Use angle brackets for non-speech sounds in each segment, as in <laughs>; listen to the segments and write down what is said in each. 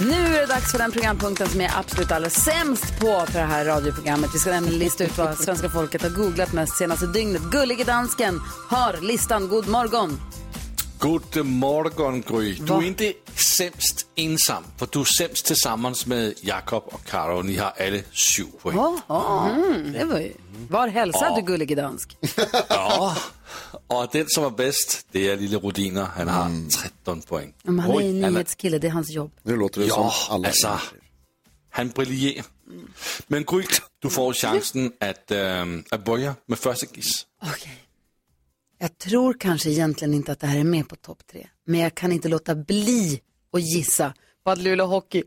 Nu är det dags för den programpunkten som jag är absolut allra sämst på för det här radioprogrammet. Vi ska nämligen lista ut vad svenska folket har googlat mest senaste dygnet. Gullige dansken har listan. God morgon! God morgon Gry. Du Vad? är inte sämst ensam, för du är sämst tillsammans med Jakob och Karo. Ni har alla sju poäng. Jaha, mm, det var ju... Var hälsade du Gullige dansk? Ja. Och den som är bäst, det är Lille Rudiner. Han har Mm. 13 poäng. Men han är ju Alla- nyhetskille, det är hans jobb. Nu låter det Ja, som alla alltså. Han briljerar. Men Gry, du får chansen att, ähm, att börja med första giss. Okej. Jag tror kanske egentligen inte att det här är med på topp tre, men jag kan inte låta bli att gissa på att Luleå Hockey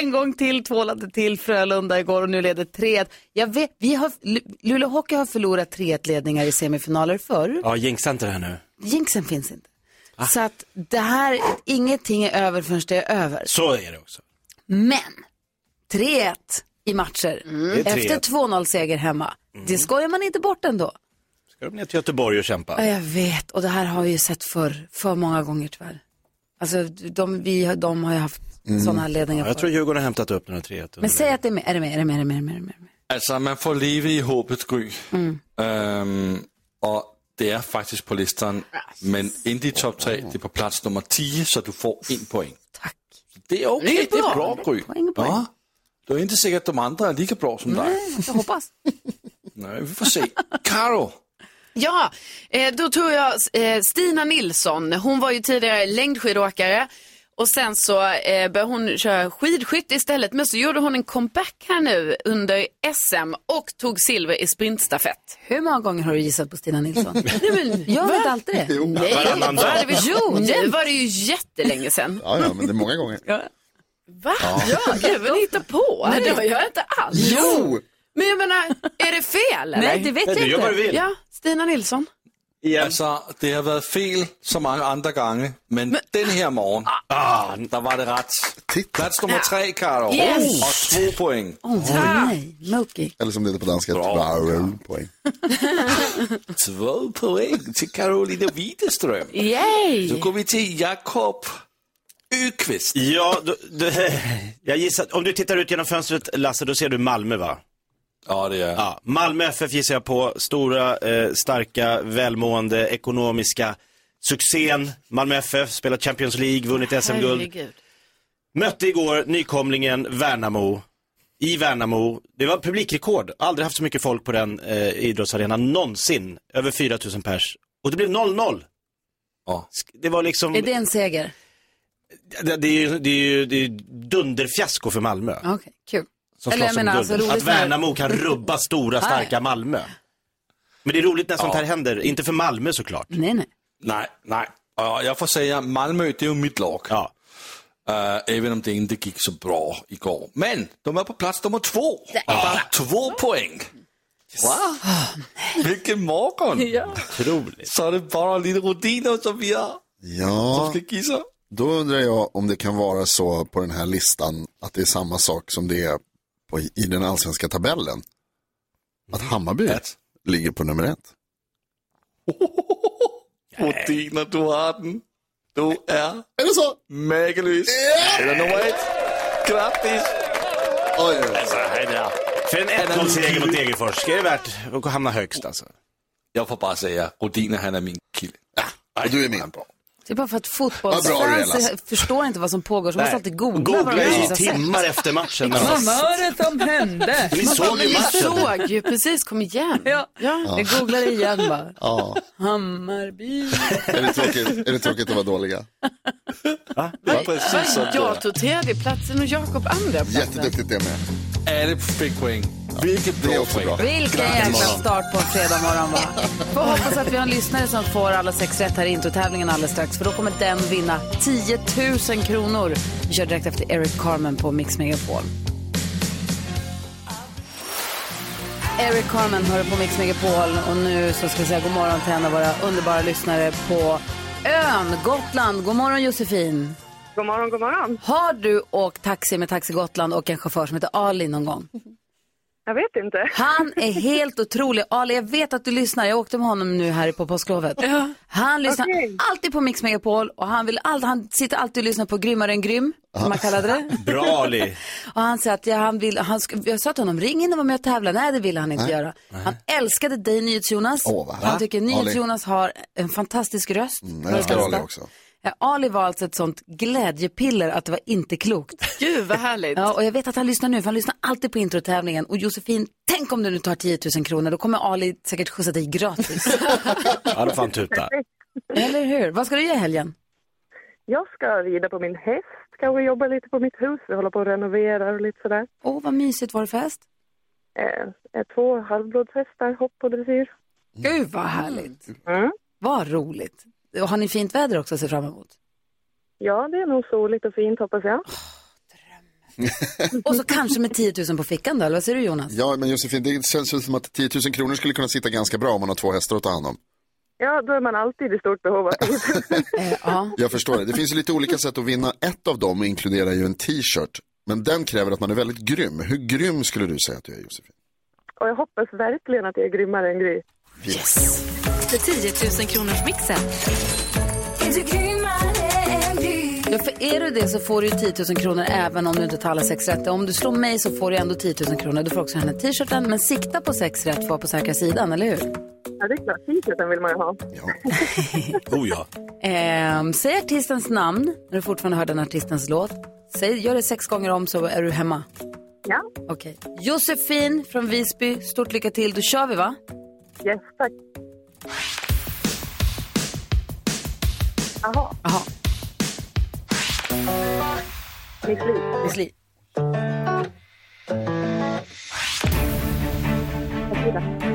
en gång till tvålade till Frölunda igår och nu leder 3-1. Jag vet, vi har, Lu- Luleå Hockey har förlorat 3-1-ledningar i semifinaler förr. Ja, jinxa inte det här nu. Jinxen finns inte. Så att det här, ingenting är över förrän det är över. Så är det också. Men 3-1 i matcher efter 2-0-seger hemma. Det skojar man inte bort ändå. Ska de ner till Göteborg och Ja, kämpa? jag vet. Och det här har vi ju sett för, för många gånger tyvärr. Alltså, de, vi, har- de har ju haft sådana här ledningar Mm. Ja, jag förr. tror Djurgården har hämtat upp några 3 Men säg att det är med. Är det med? Är det med? Är det med? Är det med? Är det med? Alltså, man får leva i hoppet, Gry. Ehm, och det är faktiskt på listan, men inte i topp tre. Det är på plats nummer 10, så du får en poäng. Tack. Det är okej, Det är det är bra. bra, Gry. Poäng, poäng. Ja. Det är inte säkert att de andra är lika bra som dig. Jag hoppas. Nej, vi får se. Karo, <laughs> Ja, eh, då tror jag eh, Stina Nilsson. Hon var ju tidigare längdskidåkare och sen så eh, började hon köra skidskytte istället. Men så gjorde hon en comeback här nu under SM och tog silver i sprintstafett. Hur många gånger har du gissat på Stina <laughs> Nilsson? jag vet alltid det. Nej, varannan vad dag. hade vi- Jo, nu jämt. var det ju jättelänge sedan. Ja, ja, men det är många gånger. Va? Ja, det vill hitta <laughs> på. Nej, det har jag inte alls. Jo! Men jag menar, är det fel eller? Nej, det vet jag Du gör vad inte. du vill. Ja, Stina Nilsson. alltså, det har varit fel så många andra gånger, men, den här morgon, ah, där var det rätt. Titta. Plats nummer tre, Karo. Yes. Och två poäng. Åh, nej, Moki. Eller som det heter på danska, Bra. Tvarvel poäng. Två poäng till Karolina Widerström. Yay! Så går vi till Jakob Öqvist. Ja, du, du, <laughs> jag gissar, om du tittar ut genom fönstret Lasse, då ser du Malmö va? Ja, det är Ja, Malmö FF gissar jag på. Stora, eh, starka, välmående, ekonomiska succén. Malmö FF, spelat Champions League, vunnit SM-guld. Herregud. Mötte igår nykomlingen Värnamo. I Värnamo. Det var publikrekord. Aldrig haft så mycket folk på den eh, idrottsarenan någonsin. Över 4000 pers. Och det blev 0-0. Ja. Sk- Det var liksom... Är det en seger? Det, det, är ju, det, är ju, det är ju dunderfiasko för Malmö. Okej, kul. Som Eller, slåss jag om menar, alltså, guld. roligt Att Värnamo kan rubba stora, starka Malmö. Men det är roligt när sånt här händer. Inte för Malmö såklart. Nej, nej. Nej, nej. Och jag får säga, Malmö, det är ju mitt lag. Ja. Eh, även om det inte gick så bra igår. Men de är på plats nummer två. Bara två poäng. Wow. Vilken morgon! Otroligt. Så är det bara lite rutiner som vi har, Ja, som ska gissa. då undrar jag om det kan vara så på den här listan att det är samma sak som det är på, i den allsvenska tabellen. Att Hammarby Ett. ligger på nummer ett. Rutiner, du har den. Du är Är det så? makalös. Eller nummer ett. Grattis! Oj, oj, oj. Alltså, Så här är det. För en 1-0-seger mot Degerfors, ska det värt att hamna högst alltså? Jag får bara säga, Rutiner han är min kille. Och du är min. Det är bara för att Vad bra du är, fotbollsfans Lasse. förstår inte vad som pågår, så måste alltid googla vad de Googla i precis har sett. timmar efter matchen. när man- det som hände? Ni såg ju Vi matchen. såg ju precis, kom igen. Ja, jag googlar igen bara. Ja, Hammarby. är det tråkigt, är det tråkigt att vara dåliga? Precis som det är. Jag tog tredjeplatsen och Jakob andra platsen. Jätteduktigt det med. Alle fick poäng. Vilket Det är bra också poäng. bra. Vilken jäkla start på en fredag morgon va? Får hoppas att vi har en lyssnare som får alla sex rätt här i introtävlingen alldeles strax för då kommer den vinna 10 000 kronor. Vi kör direkt efter Eric Carmen på Mix Megapol. Eric Carmen hör på Mix Megapol och nu så ska vi säga god morgon till en av våra underbara lyssnare på ön Gotland. God morgon Josefin. God morgon, god morgon. Har du åkt taxi med Taxi Gotland och en chaufför som heter Ali någon gång? Jag vet inte. Han är helt otrolig. Ali, jag vet att du lyssnar. Jag åkte med honom nu här på påsklovet. Han lyssnar Okej. alltid på Mix Megapol och han, vill all, han sitter alltid och lyssnar på Grymmare än grym, som man <laughs> kallade det. Bra Ali. Och han säger att jag, han vill, han, sk- jag sa till honom, ring in och var med och tävla. Nej, det ville han inte göra. Han älskade dig, NyhetsJonas. Åh, vad han härligt. tycker NyhetsJonas har en fantastisk röst. Mm, Var jag det älskar bästa. Ali också. Ja, Ali var alltså ett sånt glädjepiller att det var inte <laughs> klokt. Gud vad härligt. Ja, och jag vet att han lyssnar nu, för han lyssnar alltid på introtävlingen. Och Josefin, tänk om du nu tar 10 000 kronor, då kommer Ali säkert skjutsa dig gratis. Ja, då får han tuta. Eller hur? Vad ska du göra i helgen? Jag ska rida på min häst, kanske jobba lite på mitt hus. Vi håller på och renoverar och lite sådär. Åh, vad mysigt, var det fest? Eh, eh, två halvblodshästar, hopp och dressyr. Gud, vad härligt. Mm. Vad roligt. Och har ni fint väder också att se fram emot? Ja, det är nog soligt och fint hoppas jag. Och så kanske med 10 000 på fickan då, eller vad säger du Jonas? Ja, men Josefin, det känns ju som att 10 000 kronor skulle kunna sitta ganska bra om man har två hästar att ta hand om. Ja, då är man alltid i stort behov av tid. <laughs> Eh, ja. Jag förstår det. Det finns ju lite olika sätt att vinna. Ett av dem inkluderar ju en t-shirt. Men den kräver att man är väldigt grym. Hur grym skulle du säga att du är Josefin? Och jag hoppas verkligen att jag är grymmare än Gry. Yes. För 10 000 kronors mixen. ja, för är du det så får du ju 10 000 kronor även om du inte tar alla sex rätt. Om du slår mig så får du ändå 10 000 kronor. Du får också henne t-shirten, men sikta på sex rätt för att vara på säkra sidan, eller hur? Ja, det är klart. T-shirten vill man ju ha. <laughs> Oh ja. Ehm, säg artistens namn när du fortfarande hör den artistens låt. Säg, gör det sex gånger om så är du hemma. Ja, Okej. Josefin från Visby, stort lycka till. Då kör vi va? yes, tack. Ah Jaha, Jaha, mitt liv. Miss Li.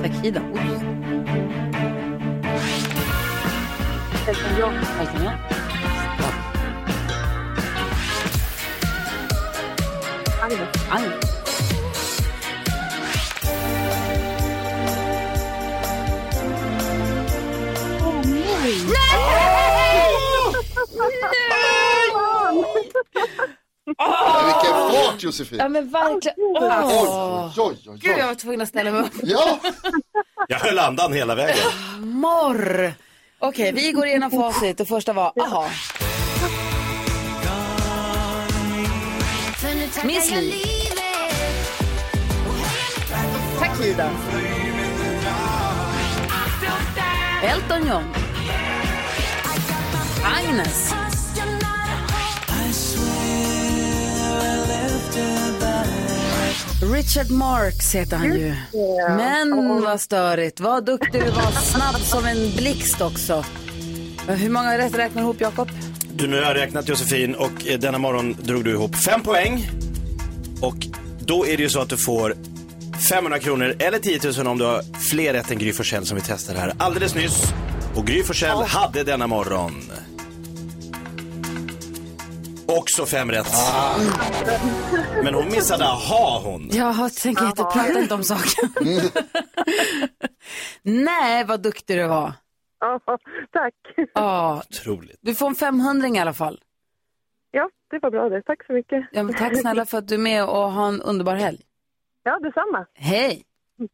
Tack Ida. Oj, Eftersom jag Elton John. Agnes. Aj. <laughs> Ah, Vilken fart Josefin! Ja men verkligen. Åh, Oj, oj, oj, Gud, jag oj. var tvungen att ställa mig upp. Ja, Jag höll andan hela vägen. Morr! Okej, vi går igenom facit och första var aha. Miss Li. Tack Ida. Elton John. Agnes. Richard Marx heter han ju. Men vad störigt. Vad duktig du var. Snabb som en blixt också. Hur många rätt räknar du ihop, Jakob? Du, nu har jag räknat Josefin och eh, denna morgon drog du ihop fem poäng. Och då är det ju så att du får 500 kronor eller 10 000 om du har fler rätt än Gry Forssell som vi testade här alldeles nyss. Och Gry Forssell hade denna morgon också fem rätt. Ah. Men hon missade aha hon. Jag tänker inte prata inte om saken. <laughs> Nej, vad duktig du var. Ja, tack. Ja, Otroligt. du får en 500 i alla fall. Ja, det var bra det. Tack så mycket. Ja, men tack snälla för att du är med och ha en underbar helg. Ja, detsamma. Hej!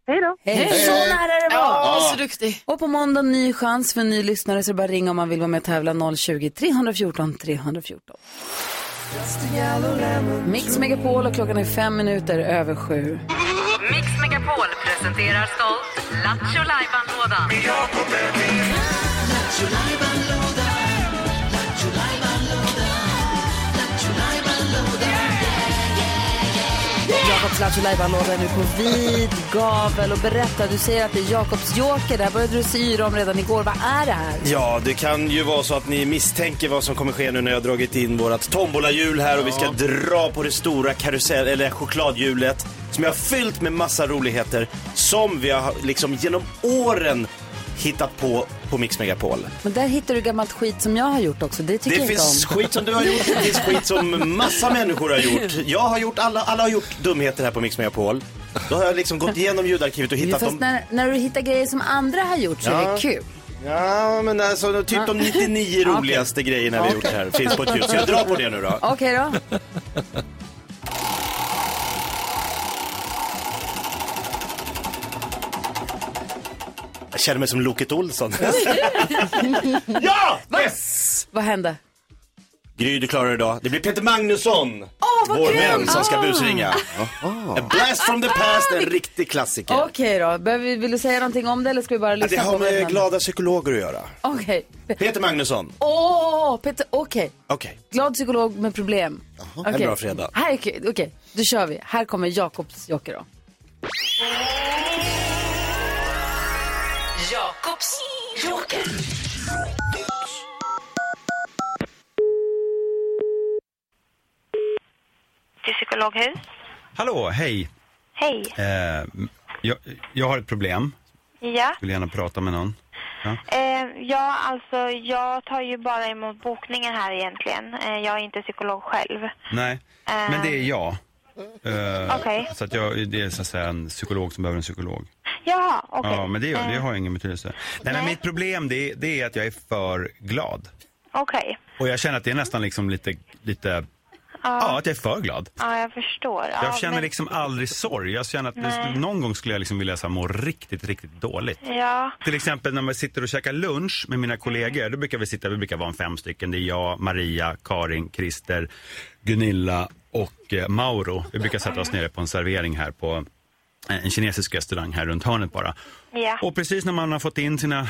Hej då. Hej! Så nära det var! Ja, så duktig. Och på måndag ny chans för en ny lyssnare så det är bara att ringa om man vill vara med och tävla 020-314 314. Mix Megapol och klockan är fem minuter över sju. Mix Megapol presenterar stolt Lattjo Lajban-lådan. Jakobs Lattjo Lajban-låda är nu på vid gavel och berätta, du säger att det är Jakobs joker, där började du se yra om redan igår. Vad är det här? Ja, det kan ju vara så att ni misstänker vad som kommer ske nu när jag har dragit in vårat tombolahjul här och vi ska dra på det stora karusell eller chokladhjulet som jag har fyllt med massa roligheter som vi har liksom genom åren hittat på på Mix Megapol. Men där hittar du gammalt skit som jag har gjort också, det tycker Det jag inte finns om. skit som du har gjort, det finns skit som massa människor har gjort. Jag har gjort, alla, alla har gjort dumheter här på Mix Megapol. Då har jag liksom gått igenom ljudarkivet och hittat Fast dem. när, när du hittar grejer som andra har gjort så är Ja. det kul. Ja, men alltså typ <laughs> de 99 roligaste grejerna vi har gjort här finns på ett ljud. Så jag drar på det nu då. <laughs> Okej då. Jag känner mig som Loket Olsson. <laughs> ja! Yes! Vad hände? Gry, du klarar det idag. Det blir Peter Magnusson, vad vår kul! vän som ska Ah. busringa. A blast from the past, en riktig klassiker. Okej då. Behöver vi- Vill du säga någonting om det eller ska vi bara Ja, det lyssna har på med det? glada psykologer att göra. Okej. Peter Magnusson. Åh, Peter. Okej. Okej. Glad psykolog med problem. Jaha. En bra fredag. Här är kul. Okej, då kör vi. Här kommer Jakobs Jocke då. Jakobs joker. Till psykologhus. Hallå, hej. Hej. Eh, jag, jag har ett problem. Ja. Vill gärna prata med någon. Ja. Eh, ja, alltså jag tar ju bara emot bokningen här egentligen. Eh, jag är inte psykolog själv. Nej, men det är jag. Eh, Okej. Så att jag, det är så att säga en psykolog som behöver en psykolog. Jaha, okej. Ja, men det, gör- det Eh, har ingen betydelse. Nej, men mitt problem det, är- det är att jag är för glad. Okej. Och jag känner att det är nästan liksom lite, lite, ja Mm. Ja, att jag är för glad. ja, jag förstår. Ja, Jag känner men- liksom aldrig sorg. Jag känner att det, Nej. någon gång skulle jag liksom vilja så här, må riktigt, riktigt dåligt. Ja, Till exempel när man sitter och käkar lunch med mina kollegor, då brukar vi sitta, vi brukar vara en fem stycken. Det är jag, Maria, Karin, Christer, Gunilla och eh, Mauro. Vi brukar sätta oss nere på en servering här på eh, en kinesisk restaurang här runt hörnet bara. ja. Och precis när man har fått in sina,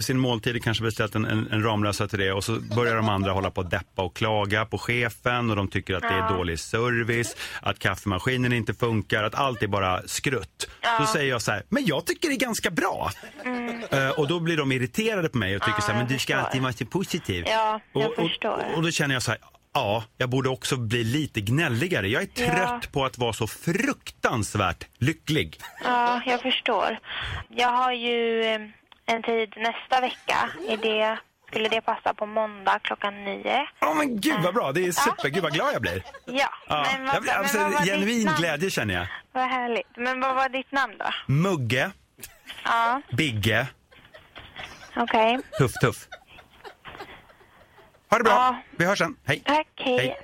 sin måltid, kanske beställt en, en, en Ramlösa till det och så börjar de andra hålla på och deppa och klaga på chefen och de tycker att det är Ja. dålig service, att kaffemaskinen inte funkar, att allt är bara skrutt. Då Ja. säger jag så här, men jag tycker det är ganska bra. Mm. Eh, och då blir de irriterade på mig och tycker Ja, så här, men jag du ska förstår. alltid vara så positiv. Ja, jag och, förstår. och, och då känner jag så här, ja, jag borde också bli lite gnälligare. Jag är Ja. trött på att vara så fruktansvärt lycklig. Ja, jag förstår. Jag har ju eh, en tid nästa vecka. Är det, skulle det passa på måndag klockan nio? Åh men gud vad bra, det är super, gud vad glad jag blir. Ja, Ja. men vad, jag blir alltså, men vad var ditt genuin namn? glädje känner jag. Vad härligt. Men vad var ditt namn då? Mugge, Ja, Bigge, okej. Tuff Tuff. Ha det bra, Ja. vi hörs sen. Hej. Tack, hej.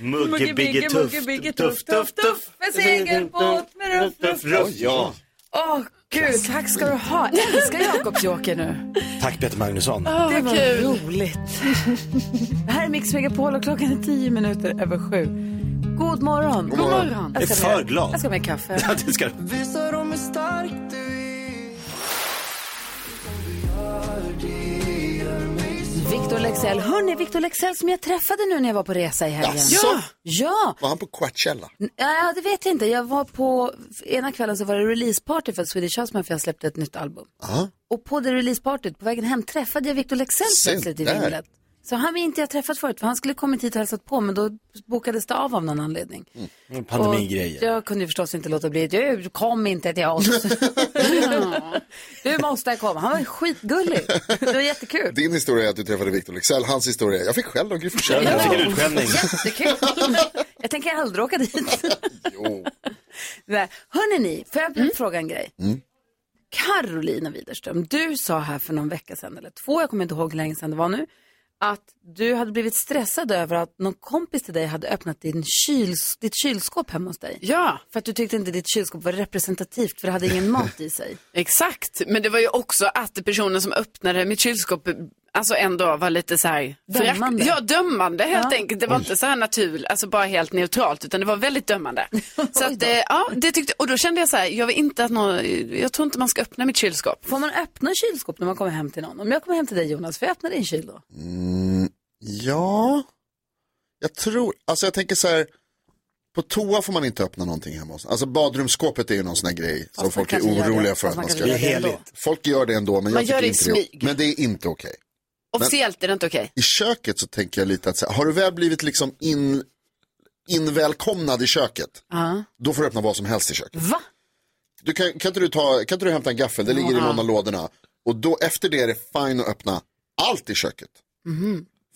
Mugge, Bigge, Mugge, Tuff, Bigge, Tuff, Tuff, Tuff. Med segelbåt, med ruff, ruff, ruff. Ja. Åh, gud. Tack ska du ha. Jag älskar Jakobs Joker nu. Tack Peter Magnusson. Åh, det var roligt. Ah, <laughs> Det här är Mix Megapol och klockan är tio minuter över sju. God morgon. God morgon. Jag är Jag ska för med- glad. Jag ska med kaffe. <laughs> Ja, det ska du. Visa dem hur stark du Victor Lexell. Hörni, Victor Lexell som jag träffade nu när jag var på resa i helgen. Jaså? Ja! Var han på Coachella? Ja, det vet jag inte. Jag var på, ena kvällen så var det releaseparty för Swedish House Mafia för jag släppte ett nytt album. Ja. Och på det releasepartyt, på vägen hem, träffade jag Victor Lexell Se plötsligt i där. vimlet. Så han vi inte jag träffat förut, för han skulle kommit hit och hälsat på, men då bokades det av av någon anledning. Mm. Och Jag kunde ju förstås inte låta bli. Du kom inte till oss. du måste komma. Han var skitgullig. Det var jättekul. Din historia är att du träffade Victor Leksell, hans historia, jag fick skäll av Gry Forssell. Jag fick en utskällning. Jättekul. Jag tänker aldrig åka dit. Nej. Hörrni ni, får jag fråga en grej? Mm. Carolina Widerström, du sa här för någon vecka sedan, eller två, jag kommer inte ihåg hur länge sedan det var nu, att du hade blivit stressad över att någon kompis till dig hade öppnat din kyls, ditt kylskåp hemma hos dig. Ja. För att du tyckte inte ditt kylskåp var representativt, för det hade ingen mat i sig. Exakt, men det var ju också att personen som öppnade mitt kylskåp Alltså ändå var lite så här förakt- Dömande. Ja, dömande helt Ja. enkelt. Det var inte så här naturligt, alltså bara helt neutralt, utan det var väldigt <laughs> dömande. Så att, eh, ja, det tyckte, och då kände jag så här, jag vill <laughs> inte att någon, jag tror inte man ska öppna mitt kylskåp. Får man öppna kylskåp när man kommer hem till någon? Om jag kommer hem till dig Jonas, får jag öppna din kyl då? Mm, ja, jag tror, alltså jag tänker så här, på toa får man inte öppna någonting hemma hos. Alltså badrumsskåpet är ju någon sån här grej som man folk är kanske gör oroliga för det. Fast att man man ska kanske gör det ändå. Folk gör det ändå, men Man jag tycker gör det i inte smyg. det. Men det är inte okej. Men- Officiellt är det inte okej. i köket så tänker jag lite att så här, har du väl blivit liksom in, invälkomnad i köket, Ja. då får du öppna vad som helst i köket. Va? Du kan, kan, inte du ta, kan inte du hämta en gaffel, det Mhm. ligger i någon av lådorna. Och då efter det är det fine att öppna allt i köket.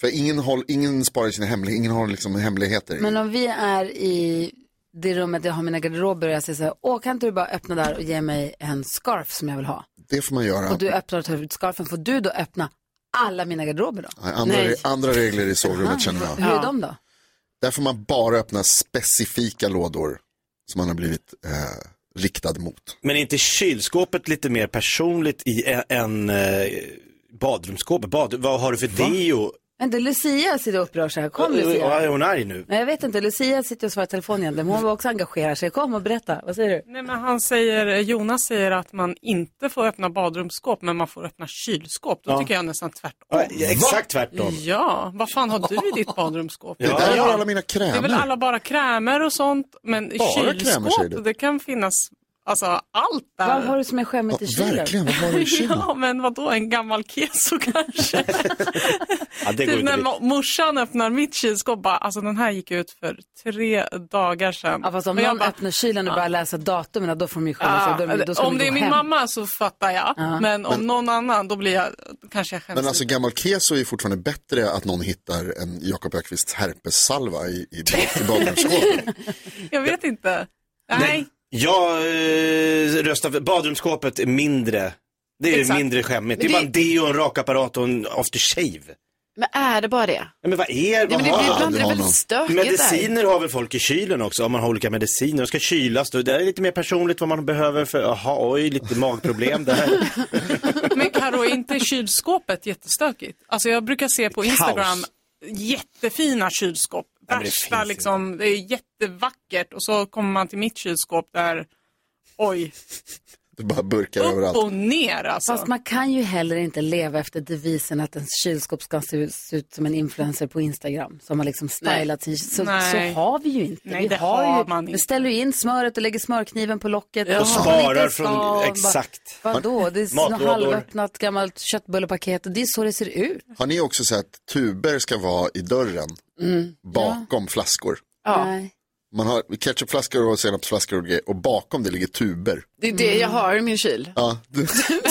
För ingen, håll, ingen sparar sina hemligheter, ingen har liksom hemligheter. Men om vi är i det rummet där jag har mina garderober och jag säger så här, åh kan inte du bara öppna där och ge mig en scarf som jag vill ha? Det får man göra. Och du öppnar och tar ut scarfen, får du då öppna alla mina garderober då? Nej, andra, Nej. andra regler i sovrummet känner jag. Hur är de då? Där får man bara öppna specifika lådor som man har blivit eh, riktad mot. Men är inte kylskåpet lite mer personligt i ä- än eh, badrumsskåpet? Bad, vad har du för deo? Men det är Lucia sitter och upprör sig här, kom Ja, Lucia. är hon arg nu? Nej, jag vet inte, Lucia sitter och svarar i telefon egentligen, men hon var också engagerar sig. Kom och berätta, vad säger du? Nej, men han säger, Jonas säger att man inte får öppna badrumsskåp men man får öppna kylskåp. Då Ja. tycker jag nästan tvärtom. Ja, exakt tvärtom. Ja, vad fan har du i ditt badrumsskåp? Det där har alla mina Det är väl krämer. alla bara krämer och sånt. Men i Bara krämer, säger du? kylskåp, det kan finnas alltså, allt där. Vad har du som är skämmigt i kylen? <laughs> <laughs> ja, men vadå, en gammal keso kanske? Ja, det går typ inte när riktigt. mo- morsan öppnar mitt kylskåp bara, alltså den här gick ut för tre dagar sedan. Ja, fast om Och jag någon bara, öppnar kylen och börjar läsa datumen, då får de ju skämmas. "Ah, då, då ska de om det gå är min hem. mamma så fattar jag, Ja. men om Men- någon annan då blir jag, kanske jag skäms Men alltså lite. gammal keso är ju fortfarande bättre att någon hittar en Jakob Ökvists herpessalva i, i, i badrumsskåpet. <laughs> Jag vet inte. Nej, Jag eh, röstar för badrumsskåpet är mindre. Det är Exakt. mindre skämmigt. Det är Men bara det- en deo, en rakapparat och en aftershave. Men är det bara det? Ja, men vad är Nej, men det vad blir har ibland du blir det honom? väldigt stökigt där. Mediciner har väl folk i kylen också, om man har olika mediciner. De ska kylas då. Det är lite mer personligt vad man behöver för, jaha, oj, lite <laughs> magproblem där. men Karo, är inte kylskåpet jättestökigt? Alltså jag brukar se på Instagram Kaos. jättefina kylskåp. men det Värsta finns liksom, det är jättevackert och så kommer man till mitt kylskåp där, oj, Det bara burkar upp överallt. och ner alltså. Fast man kan ju heller inte leva efter devisen att ens kylskåp ska se ut, se ut som en influencer på Instagram. Som har liksom stylat sin... Så, så Nej. har vi ju inte. Nej, vi det har ju, man Vi ställer ju in smöret och lägger smörkniven på locket. Ja. Och som sparar inte ens från- ska- va- exakt. Vadå? Det är något Matlådor. halvöppnat gammalt köttbullepaket och det är så det ser ut. Har ni också sett att tuber ska vara i dörren Mm. bakom flaskor? Ja. Nej. Man har ketchupflaskor och senapsflaskor och grejer och bakom det ligger tuber. Det är det jag har i min kyl. Ja, det,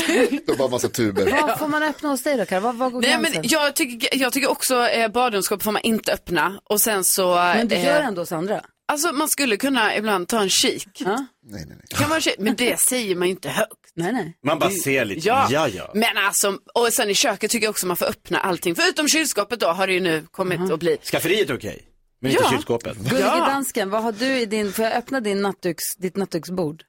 det är bara massa Mm. tuber. Vad får man öppna hos dig då, Karo? Vad, vad går Nej, men gränsen? jag, tycker, jag tycker också eh, badrumsskåp får man inte öppna och sen så... eh, Men du gör ändå hos andra? Alltså man skulle kunna ibland ta en kik. Nej, nej, nej. Kan man, kik- men det säger man ju inte högt. Nej, nej. Man bara ser lite, Ja. ja, ja. Men alltså, och sen i köket tycker jag också man får öppna allting. Förutom kylskåpet då har det ju nu kommit att bli. Skafferiet är okej, men Ja. inte <laughs> kylskåpet. Gullige dansken, vad har du i din... Får jag öppna din nattduks, ditt nattduksbord?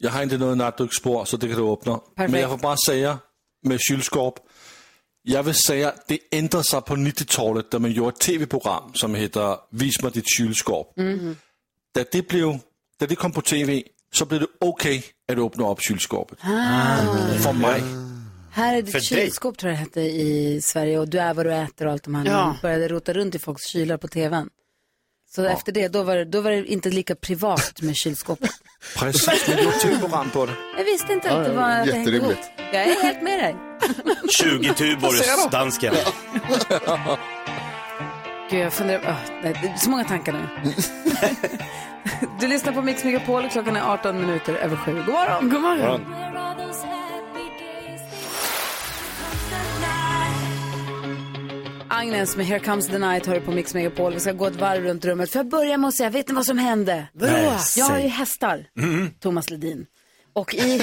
Jeg har ikke noget natduksspor, så det kan du åbne. Perfekt. Men jeg får bare sige med kylskåb. Jeg vil sige, det ændrede sig på 90-tallet, da man gjorde et tv-program, som hedder Vis mig dit kylskåb. Mm. Da, det blev, da det kom på tv, så blev det okay at åbne op kylskåbet. For mig. Här är ditt För dig. kylskåp tror jag det hette i Sverige och du är vad du äter och allt de här. Ja. Ja. Började rota runt i folks kylar på tvn. Så efter det, då var, det, då var det inte lika privat med kylskåpet. Præcis, man gjorde et tv-program på det. <laughs> Jag visste inte att det var... att det hängde ihop. Jag är helt med dig. 20 tubor, dansken. <laughs> Gud, jag funderar... Åh, nej, det är så många tankar nu. <laughs> du lyssnar på Mix Megapol och klockan är 18 minuter över sju. God morgon! God morgon. God Agnes med Here Comes the Night hör du på Mix Megapol. Vi ska gå ett varv runt rummet. För jag börja med att säga, vet ni vad som hände? Vadå? Nej, Jag har ju säg. hästar, Mm. Thomas Ledin. Och i,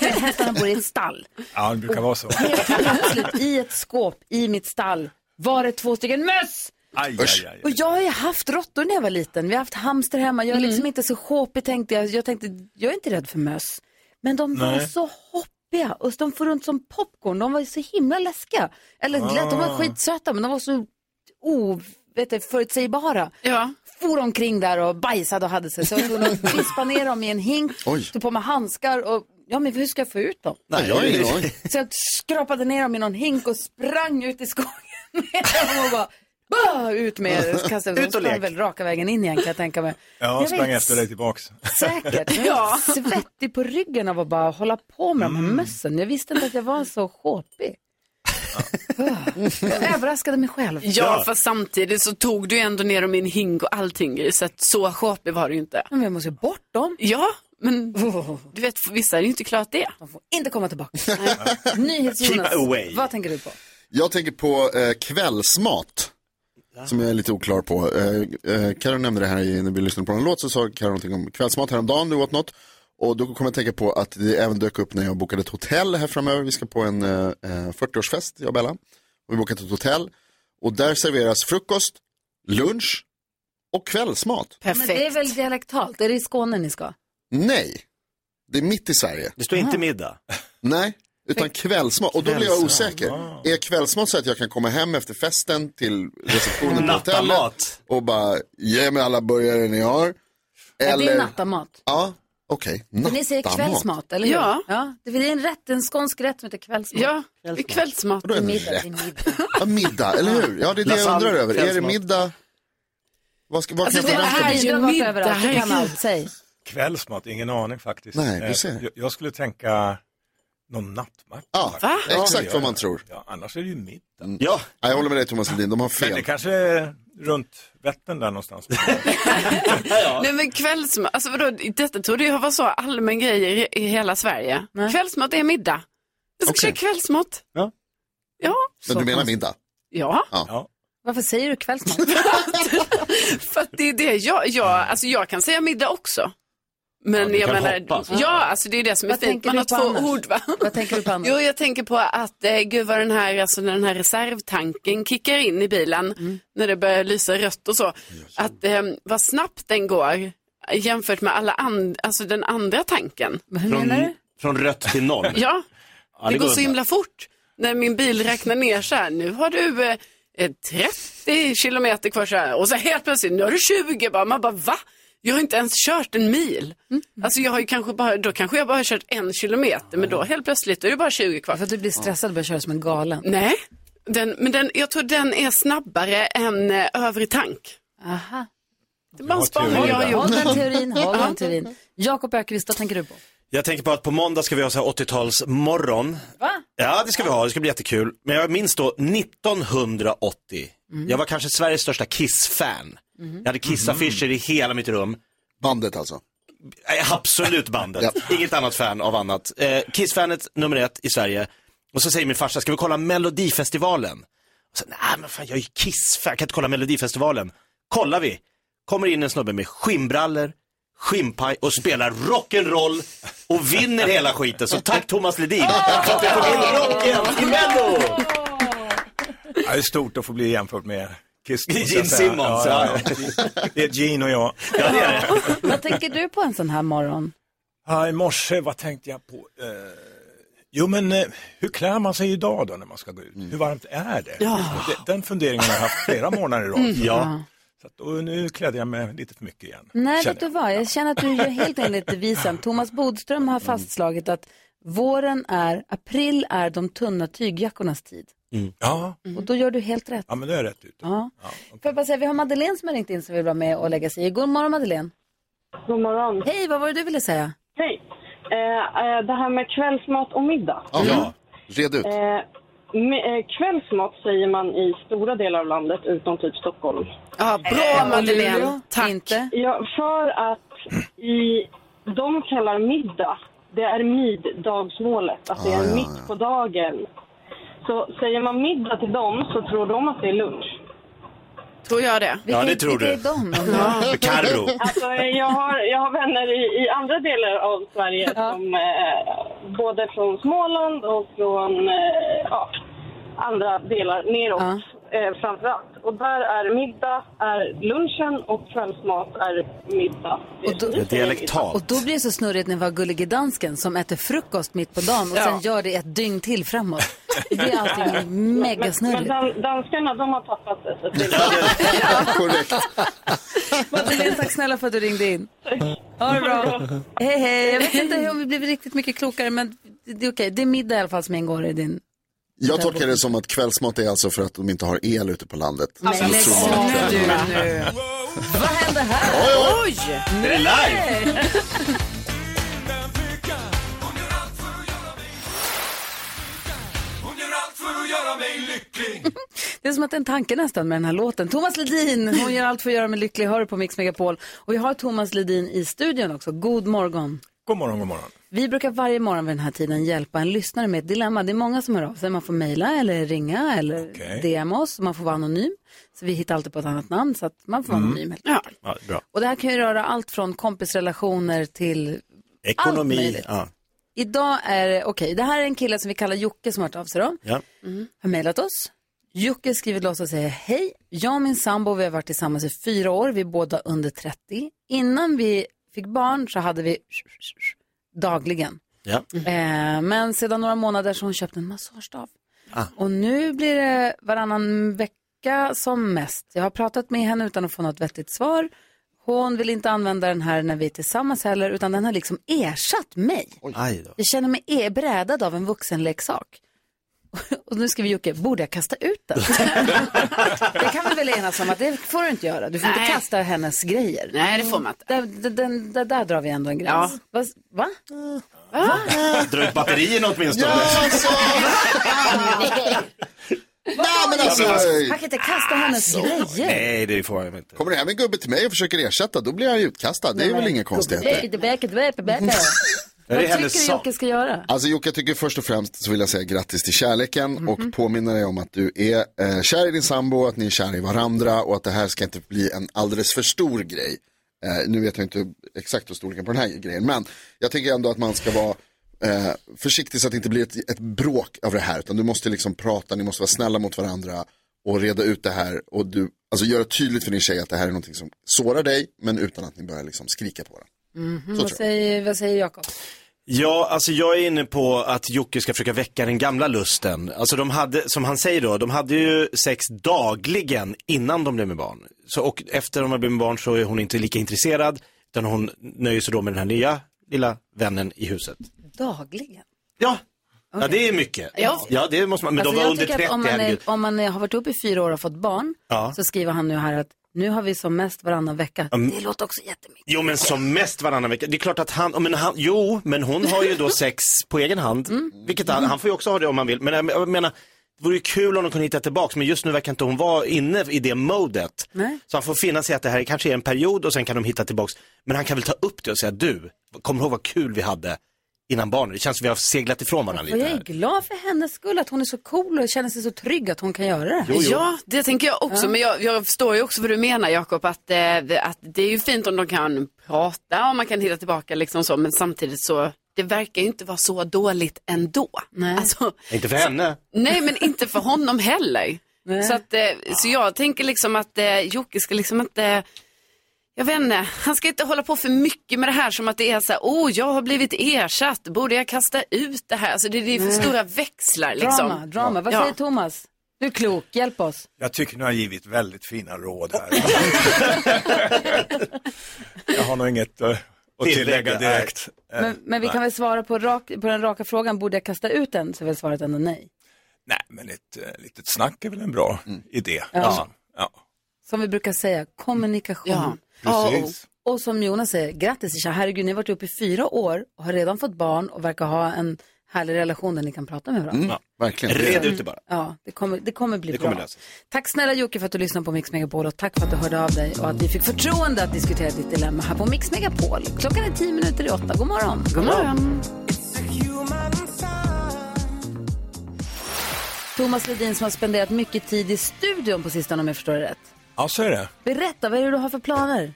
hästarna bor i ett stall. Ja, det brukar vara så. Helt plötsligt i ett skåp i mitt stall var det två stycken möss. Aj, aj, aj. Och jag har ju haft råttor när jag var liten. Vi har haft hamster hemma. Jag är liksom inte så sjåpig tänkte jag. Jag tänkte, jag är inte rädd för möss. Men de var Nej. så hoppiga och de får runt som popcorn. De var ju så himla läskiga. Eller lätt, de var Ah. skitsöta men de var så o, vet du, förutsägbara. Ja. For omkring där och bajsade och hade sig. Så jag var tvungen <laughs> att vispa ner dem i en hink, tog på mig handskar och Ja men hur ska jag få ut dem? Nej, jag har ingen aning. Så jag skrapade ner dem i någon hink och sprang ut i skogen <laughs> med dem och bara bah, ut med er. Så kastade jag- Ut och De sprang lek. väl raka vägen in igen kan jag tänka mig. Ja, jag sprang vet, efter dig tillbaks. <laughs> Säkert. Jag Ja. var svettig på ryggen av att bara hålla på med de här mössen. Jag visste inte att jag var så sjåpig. <laughs> Jag överraskade mig själv. Ja, fast samtidigt så tog du ju ändå ner dem i en hink och allting i, så att så shoppig var det ju inte. Men jag måste ju bort dem. Ja, men du vet, för vissa är det ju inte klart det. De får inte komma tillbaka. <laughs> Nyhets-Jonas, Keep away. vad tänker du på? Jag tänker på eh, kvällsmat. Som jag är lite oklar på. Eh, eh, Karo nämnde det här i- när vi lyssnade på en låt så sa Karo någonting om kvällsmat häromdagen, du åt något. Och då kom jag att tänka på att det även dök upp när jag bokade ett hotell här framöver. Vi ska på en eh, eh, 40-årsfest, jag och Bella. Och vi bokat ett hotell. Och där serveras frukost, lunch och kvällsmat. Men det är väl dialektalt? Är det i Skåne ni ska? Nej, det är mitt i Sverige. Det står inte middag. Nej, utan kvällsmat. Och då blir jag Kvällsmat, osäker. Är kvällsmat så att jag kan komma hem efter festen till receptionen på hotellet Nattamat. och bara ge mig alla burgare ni har? Ja, det är Eller, nattamat. ja, okej, För ni säger kvällsmat, eller hur? Ja. ja. Det är en rätt, en skånsk rätt som heter kvällsmat. Ja, kvällsmat. kvällsmat. Då är det middag, rätt. det är middag. Ja, middag, eller hur? Ja, det är det jag Lasagne, undrar över. Är det kvällsmat. middag? Vad, ska, vad Alltså, kan jag det förvänta här är mig? ju middag överallt, du herregud. kan allt, säg. Kvällsmat, ingen aning faktiskt. Nej, du Eh, ser. Jag, jag skulle tänka någon nattmatt. Ja, exakt vad man tror. Mm. Ja, annars är det ju middag. Ja. Jag håller med dig Thomas Ledin, de har fel. Men det kanske är runt Vättern <laughs> där någonstans. Nej men kvällsmat, alltså vadå, detta trodde jag var så allmän grej i, i hela Sverige. Kvällsmat är middag. Jag ska Okej. köra kvällsmat. Ja. Ja. Men du menar middag? Ja. Ja. Varför säger du kvällsmat? <laughs> För att det är det jag, jag, alltså jag kan säga middag också. Men du jag kan menar, hoppas. ja alltså det är det som är Vad fint, tänker man du har på två annars? ord va? Vad tänker du på annars? Jo jag tänker på att, eh, gud vad den här, alltså när den här reservtanken kickar in i bilen, Mm. när det börjar lysa rött och så, att eh, vad snabbt den går jämfört med alla and, alltså den andra tanken. Hur Från, från rött till noll. Ja, Ja, det, går så undan. himla fort. När min bil räknar ner så här, nu har du eh, eh, 30 kilometer kvar så här. Och så helt plötsligt, nu har du 20 bara. Man bara, va? Jag har inte ens kört en mil. Mm. Alltså jag har ju kanske bara, då kanske jag bara har kört en kilometer, men då helt plötsligt är det bara 20 kvar. För att du blir stressad och börjar köra som en galen. Nej, den, men den, jag tror den är snabbare än eh, övrig tank. Aha. Det är bara en teori spaning jag har där. gjort. Håll den <laughs> teorin, håll Ja. den teorin. Jakob Ökvist, vad <laughs> tänker du på? Jag tänker på att på måndag ska vi ha så här 80-talsmorgon. Va? Ja, det ska vi ha. Det ska bli jättekul. Men jag minns då 1980. Mm. Jag var kanske Sveriges största Kiss-fan. Jag hade Kiss-affischer i hela mitt rum. Eh, Bandet alltså? Absolut bandet. <laughs> Inget annat fan av annat. Eh, Kiss-fanet nummer ett i Sverige. Och så säger min farsa, ska vi kolla Melodifestivalen? Och så, Nej, men fan, jag är ju Kiss-fan, jag kan inte kolla Melodifestivalen. Kollar vi. Kommer in en snubbe med skinnbrallor, skinnpaj och spelar rock'n'roll och vinner hela skiten. Så tack Thomas Ledin för att vi tog in rocken i Mello! Ja, det är stort att få bli jämfört med Kiss. måste jag Gene säga. Simmons, Det är Gene och jag. Vad tänker du på en sån här morgon? Ja, I morse, vad tänkte jag på? Eh, jo, men eh, hur klär man sig idag då när man ska gå ut? Mm. Hur varmt är det? Ja. Det- Den funderingen har jag <laughs> haft flera månader i rad. Mm. Ja. Så att, och nu klädde jag mig lite för mycket igen. Nej, känner vet du vad? Jag känner att du gör helt enligt devisen. Thomas Bodström har fastslagit att våren är, april är de tunna tygjackornas tid. jag. Mm. Ja. Och då gör du helt rätt. ja, men det är rätt ut. Ja. Får jag bara säga, vi har Madeleine som har ringt in som vill vara med och lägga sig i. God morgon Madeleine. God morgon. Hej, vad var det du ville säga? Hej. Eh, eh, det här med kvällsmat och middag. Ja, red ut. Eh, med, eh, kvällsmat säger man i stora delar av landet, utom typ Stockholm. Eh, Ja, bra, Madeleine. Tack. Inte. Ja, för att i, de kallar middag, det är middagsmålet, att det är Ah, ja, mitt på dagen. Så säger man middag till dem så tror de att det är lunch. Tror jag det. Ja, det tror du. <laughs> Ja. Carro. Alltså, jag, har, jag har vänner i, i andra delar av Sverige, som, eh, både från Småland och från eh, ja, andra delar neråt eh, framförallt. Och där är middag är lunchen och kvällsmat är middag. Och då, Och då blir det så snurrigt när vi har Gullige Dansken som äter frukost mitt på dagen och Ja. sen gör det ett dygn till framåt. <laughs> Det blir allting Men, men megasnurrigt. dan- danskarna, de har tappat det. Så det Madeleine, tack snälla för att du ringde in. Ha det bra. Hej, hej. Jag vet inte om vi blev riktigt mycket klokare, men det är okej. Det är middag i alla fall som ingår i din... Jag tolkar det som att kvällsmat är alltså för att de inte har el ute på landet. Men Så lägg tror man av att- nu, nu. Alltså, Vad hände här? Oj! Är det live? Det är som att det är en tanke nästan med den här låten. Thomas Ledin, hon gör allt för att göra mig lycklig, hör på Mix Megapol. Och vi har Thomas Ledin i studion också. God morgon. God morgon, god morgon. Vi brukar varje morgon vid den här tiden hjälpa en lyssnare med ett dilemma. Det är många som hör av sig. Man får mejla eller ringa eller Okej. DM oss. Man får vara anonym. Så vi hittar alltid på ett annat namn så att man får vara anonym. helt enkelt. Ja, bra. Och det här kan ju röra allt från kompisrelationer till allt Ekonomi. möjligt. Ja. Idag är det, okej, det här är en kille som vi kallar Jocke som har hört av sig då. Ja. Mm. Har mejlat oss. Jocke skriver till oss och säger hej. Jag och min sambo vi har varit tillsammans i fyra år. Vi är båda under 30. Innan vi fick barn så hade vi dagligen. Ja. Eh, men sedan några månader så har hon köpt en massagestav. Ah. Och nu blir det varannan vecka som mest. Jag har pratat med henne utan att få något vettigt svar. Hon vill inte använda den här när vi är tillsammans heller, utan den har liksom ersatt mig. Aj då. Jag känner mig e- brädad av en vuxenleksak. <laughs> Och nu skriver Jocke, borde jag kasta ut den? <laughs> det kan vi väl enas om att det får du inte göra. Du får Nej. inte kasta hennes grejer. Nej, det får man inte. Där, där, där, där drar vi ändå en gräns. Ja. Vad- Va? Va? Dra ut batterierna åtminstone. alltså. Nej, men alltså, Han kan inte kasta hennes Alltså, grejer. Nej, det får jag inte. Kommer det hem en gubbe till mig och försöker ersätta, då blir han ju utkastad. Det är väl inga konstigheter. Baby, baby, baby, baby. Vad tycker du Jocke ska göra? Alltså Jocke, jag tycker först och främst så vill jag säga grattis till kärleken och påminna dig om att du är eh, kär i din sambo, att ni är kär i varandra och att det här ska inte bli en alldeles för stor grej. Eh, nu vet jag inte exakt hur storleken på den här grejen, men jag tycker ändå att man ska vara eh, försiktig så att det inte blir ett, ett bråk av det här, utan du måste liksom prata, ni måste vara snälla mot varandra och reda ut det här och du, alltså göra tydligt för din tjej att det här är någonting som sårar dig, men utan att ni börjar liksom skrika på varandra. Mhm, Så vad, tror säger, vad säger Jakob? Ja, alltså jag är inne på att Jocke ska försöka väcka den gamla lusten. Alltså de hade, som han säger då, de hade ju sex dagligen innan de blev med barn. Så, och efter de har blivit med barn så är hon inte lika intresserad, utan hon nöjer sig då med den här nya lilla vännen i huset. Dagligen? Ja. Ja, det är mycket. Ja. ja det måste man, men de var Alltså, jag under tycker att 30, om man, är, herregud. om man är, har varit ihop i fyra år och fått barn Ja. så skriver han nu här att nu har vi som mest varannan vecka. Mm. Det låter också jättemycket. Jo men som mest varannan vecka. Det är klart att han, men han, jo men hon har ju <laughs> då sex på egen hand. Mm. Vilket han, han får ju också ha det om han vill. Men jag, jag menar, det vore ju kul om de kunde hitta tillbaks men just nu verkar inte hon vara inne i det modet. Nej. Så han får finna sig att det här kanske är en period och sen kan de hitta tillbaks. Men han kan väl ta upp det och säga du, kommer du ihåg vad kul vi hade innan barnen? Det känns som vi har seglat ifrån varandra Och lite. jag är Här. glad för hennes skull att hon är så cool och känner sig så trygg att hon kan göra det. Ja, det tänker jag också. Ja. Men jag, jag förstår ju också vad du menar Jakob, att, eh, att det är ju fint om de kan prata och man kan hitta tillbaka liksom så, men samtidigt så, det verkar ju inte vara så dåligt ändå. Nej, alltså, Inte för henne. nej men inte för honom heller. <laughs> Nej. Så, att, eh, så jag tänker liksom att eh, Jocke ska liksom inte, jag vet inte, han ska inte hålla på för mycket med det här som att det är så här, oh jag har blivit ersatt, borde jag kasta ut det här? Alltså det, det är för Nej. stora växlar liksom. Drama, drama. Vad Ja. säger Thomas? Du är klok, hjälp oss. Jag tycker ni har givit väldigt fina råd <laughs> här. jag har nog inget eh, att tillägga Tillägga, direkt. Eh, Men, men vi nej. kan väl svara på, rak, på den raka frågan, borde jag kasta ut den? Så är väl svaret ändå nej. Nej, men ett eh, litet snack är väl en bra Mm. idé. Ja. liksom. Ja. Som vi brukar säga, kommunikation. Ja, A och O. precis. Och som Jonas säger, grattis Isha, herregud ni har varit ihop i fyra år och har redan fått barn och verkar ha en härlig relation där ni kan prata med varandra. Mm, Verkligen. Red ut det bara. Ja, det kommer, det kommer bli Det bra. kommer lösa sig. Tack snälla Jocke för att du lyssnade på Mix Megapol och tack för att du hörde av dig och att vi fick förtroende att diskutera ditt dilemma här på Mix Megapol. Klockan är tio minuter i åtta, god morgon. God morgon. Thomas Ledin som har spenderat mycket tid i studion på sistone om jag förstår det rätt. ja, så är det. Berätta, vad är det du har för planer?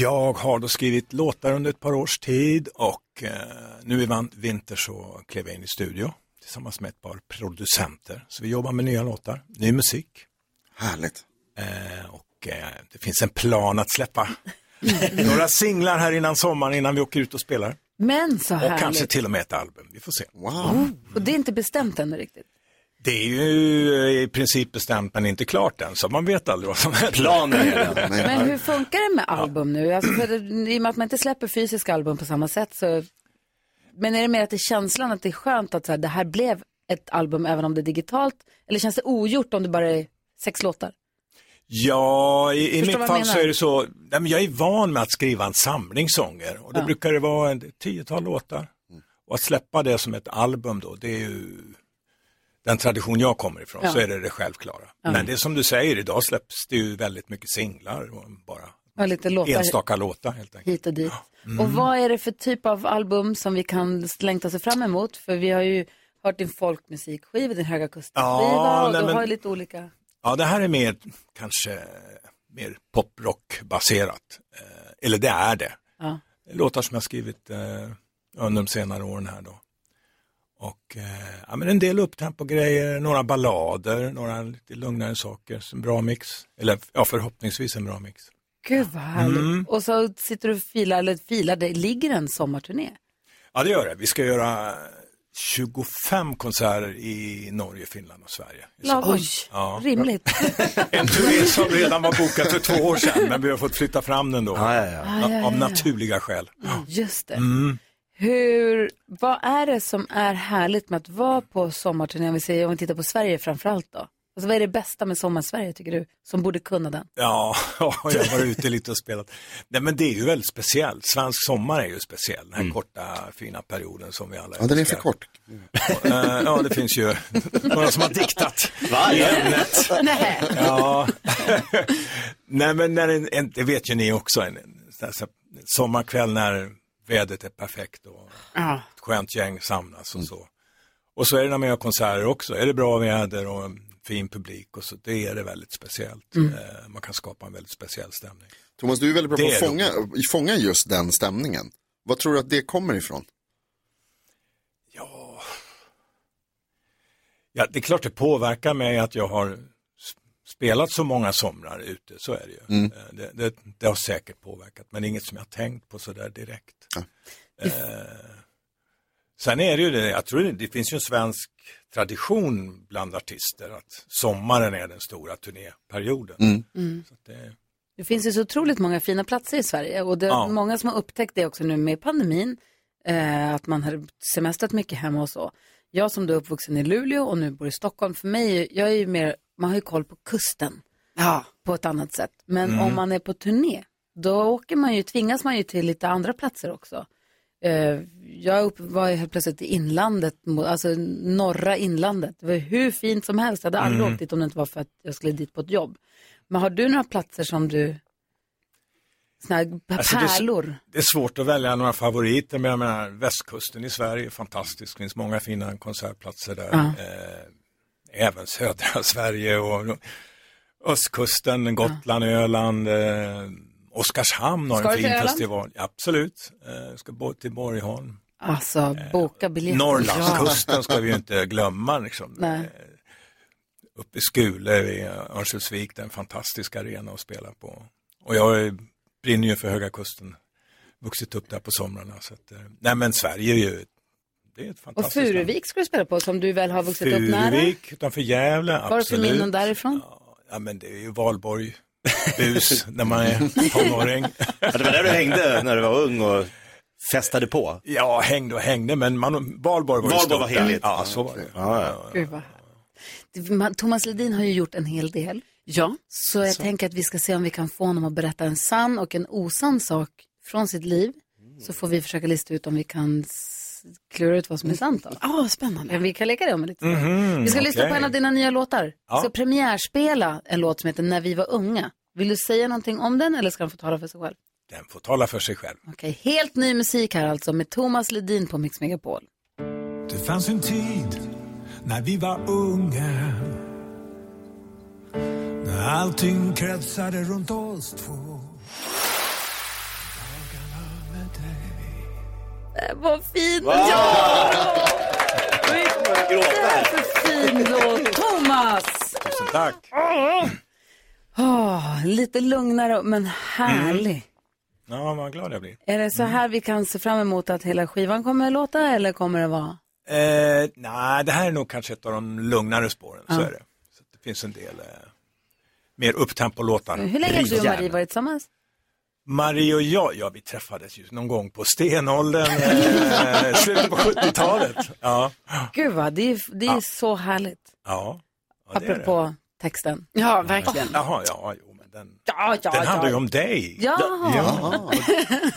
Jag har då skrivit låtar under ett par års tid och eh, nu i van- vinter så klev jag in i studio tillsammans med ett par producenter. Så vi jobbar med nya låtar, ny musik. Härligt. Eh, och eh, det finns en plan att <laughs> släppa några singlar här innan sommaren innan vi åker ut och spelar. Men så och härligt. kanske till och med ett album, vi får se. Oh, och det är inte bestämt ännu riktigt. Det är ju eh, i princip bestämt men inte klart än så man vet aldrig vad som händer. Planen <laughs> är det. Men hur funkar det med album nu? Alltså för det, I och med att man inte släpper fysiska album på samma sätt så... Men är det mer att det är känslan att det är skönt att så här, det här blev ett album även om det är digitalt? Eller känns det ogjort om det bara är sex låtar? Ja, i, i Förstår mitt vad jag fall så menar? är det så, nej, men jag är van med att skriva en samling sånger och då brukar det vara ett tiotal låtar. Och att släppa det som ett album då, det är ju den tradition jag kommer ifrån, Ja. så är det det självklara. Ja. Men det är som du säger, idag släpps det ju väldigt mycket singlar, och bara Ja, lite låtar enstaka låtar helt enkelt. hit och dit. Mm. Och vad är det för typ av album som vi kan längta sig fram emot? För vi har ju hört din folkmusikskiva, din Höga Kusten-skiva Ja, och nej, du har men- ju lite olika. Ja, det här är mer kanske mer poprock-baserat. Eh, Eller det är det. Ja. Låtar som jag skrivit eh, under de senare åren här då. Och eh, ja, men en del upptempo-grejer, några ballader, några lite lugnare saker. Så en bra mix. Eller ja, förhoppningsvis en bra mix. Gud vad härligt. Mm. Och så sitter du och filar, eller filar, det ligger en sommarturné. Ja, det gör det. Vi ska göra 25 konserter i Norge, Finland och Sverige. Lagom. Oj, Ja. rimligt. En turné som redan var bokad för två år sedan, men vi har fått flytta fram den då. Ah, ja, ja, ja. Av naturliga skäl. Just det. Mm. Hur, vad är det som är härligt med att vara på sommarturné, om vi, säger, om vi tittar på Sverige framförallt då? Alltså, vad är det bästa med sommarsverige tycker du, som borde kunna den? Ja, <laughs> jag har varit ute lite och spelat. Nej, men det är ju väldigt speciellt. Svensk sommar är ju speciell. Den här korta, fina perioden som vi alla Mm. Ja, den är älskar. för kort. Eh, Ja, det finns ju några som har diktat i ämnet. Nej. Ja. <laughs> Nej, men när en, en, det vet ju ni också, en, en, sån här- sån här sommarkväll när vädret är perfekt och Ja. ett skönt gäng samlas Mm. och så. Och så är det när man gör konserter också, är det bra väder och en fin publik och så, det är det väldigt speciellt. Eh, Man kan skapa en väldigt speciell stämning. Thomas, du är väldigt bra på Det att är fånga, fånga just den stämningen. Vad tror du att det kommer ifrån? Ja, det är klart det påverkar mig att jag har s- spelat så många somrar ute, så är det ju. Mm. Eh, Det, det, det har säkert påverkat, men det är inget som jag har tänkt på sådär direkt. Eh, sen är det ju det, jag tror det, det finns ju en svensk tradition bland artister att sommaren är den stora turnéperioden. Mm. Så att det, Det finns ju så otroligt många fina platser i Sverige och det är Ja. många som har upptäckt det också nu med pandemin. Eh, att man har semestrat mycket hemma och så. Jag som då är uppvuxen i Luleå och nu bor i Stockholm, för mig, jag är ju mer, man har ju koll på kusten på ett annat sätt. Men Mm. om man är på turné, då åker man ju, tvingas man ju till lite andra platser också. Eh, jag upp, var ju helt plötsligt i inlandet, mo- alltså norra inlandet. Det var ju hur fint som helst, jag hade aldrig Mm. åkt dit om det inte var för att jag skulle dit på ett jobb. Men har du några platser som du, såna här Alltså, det är så- pärlor? Det är svårt att välja några favoriter, men jag menar västkusten i Sverige är fantastisk. Det finns många fina konsertplatser där. Ja. Eh, även södra <laughs> Sverige och östkusten, Gotland, Öland. Eh, Oskarshamn har Ska du en till fin Öland? festival. Ja, absolut. Eh, ska bo till Borgholm. Alltså, boka biljetter. Norrlandskusten ska vi ju inte glömma. Liksom. Nej. Uppe i Skule i Örnsköldsvik, det är en fantastisk arena att spela på. Och jag eh, brinner ju för Höga Kusten. Vuxit upp där på somrarna. Så att, eh, nej men Sverige är ju det är ett Och fantastiskt land. Furuvik ska du spela på, som du väl har vuxit upp nära. Furuvik utanför Gävle, Varför absolut. minnen därifrån? Ja men det är ju Valborg, bus <laughs> när man är tonåring. Ja, det var där du hängde när du var ung och festade på. Ja, hängde och hängde, men man, Valborg var ju Valborg stort var där. heligt. Ja, så var det. Gud vad härligt. Man- Thomas Ledin har ju gjort en hel del. Ja. Så jag tänker att vi ska se om vi kan få honom att berätta en sann och en osann sak från sitt liv. Mm. Så får vi försöka lista ut om vi kan s- klura ut vad som är sant. då. Ja, spännande. Men vi kan leka det om en liten stund. Mm, Mhm, Vi ska lyssna på okej. en av dina nya låtar. Ja. Så premiärspela en låt som heter När vi var unga. Vill du säga någonting om den eller ska den få tala för sig själv? Den får tala för sig själv. Okej, helt ny musik här alltså med Thomas Ledin på Mix Megapol. Det fanns en tid när vi var unga När allting kretsade runt oss två Äh, Vad fin! Wow! Ja! Därför fin låt, Thomas! Tusen tack. Åh, Ah, lite lugnare men härlig. Mm. Ja, vad glad jag blir. Är det så här vi kan se fram emot att hela skivan kommer att låta eller kommer det vara? Eh, nej, det här är nog kanske ett av de lugnare spåren, så Ja. är det. Så att det finns en del eh, mer upptempo-låtar. Hur länge har du och Marie varit tillsammans? Marie och jag, ja vi träffades ju någon gång på stenåldern, eh, slutet på 70-talet. Ja, Gud vad, det är, det är så härligt. ja. ja det är det. Apropå texten. Ja, verkligen. Jaha, ja, jo, men den, Ja, ja, den handlar ju ja. om dig. Ja. ja.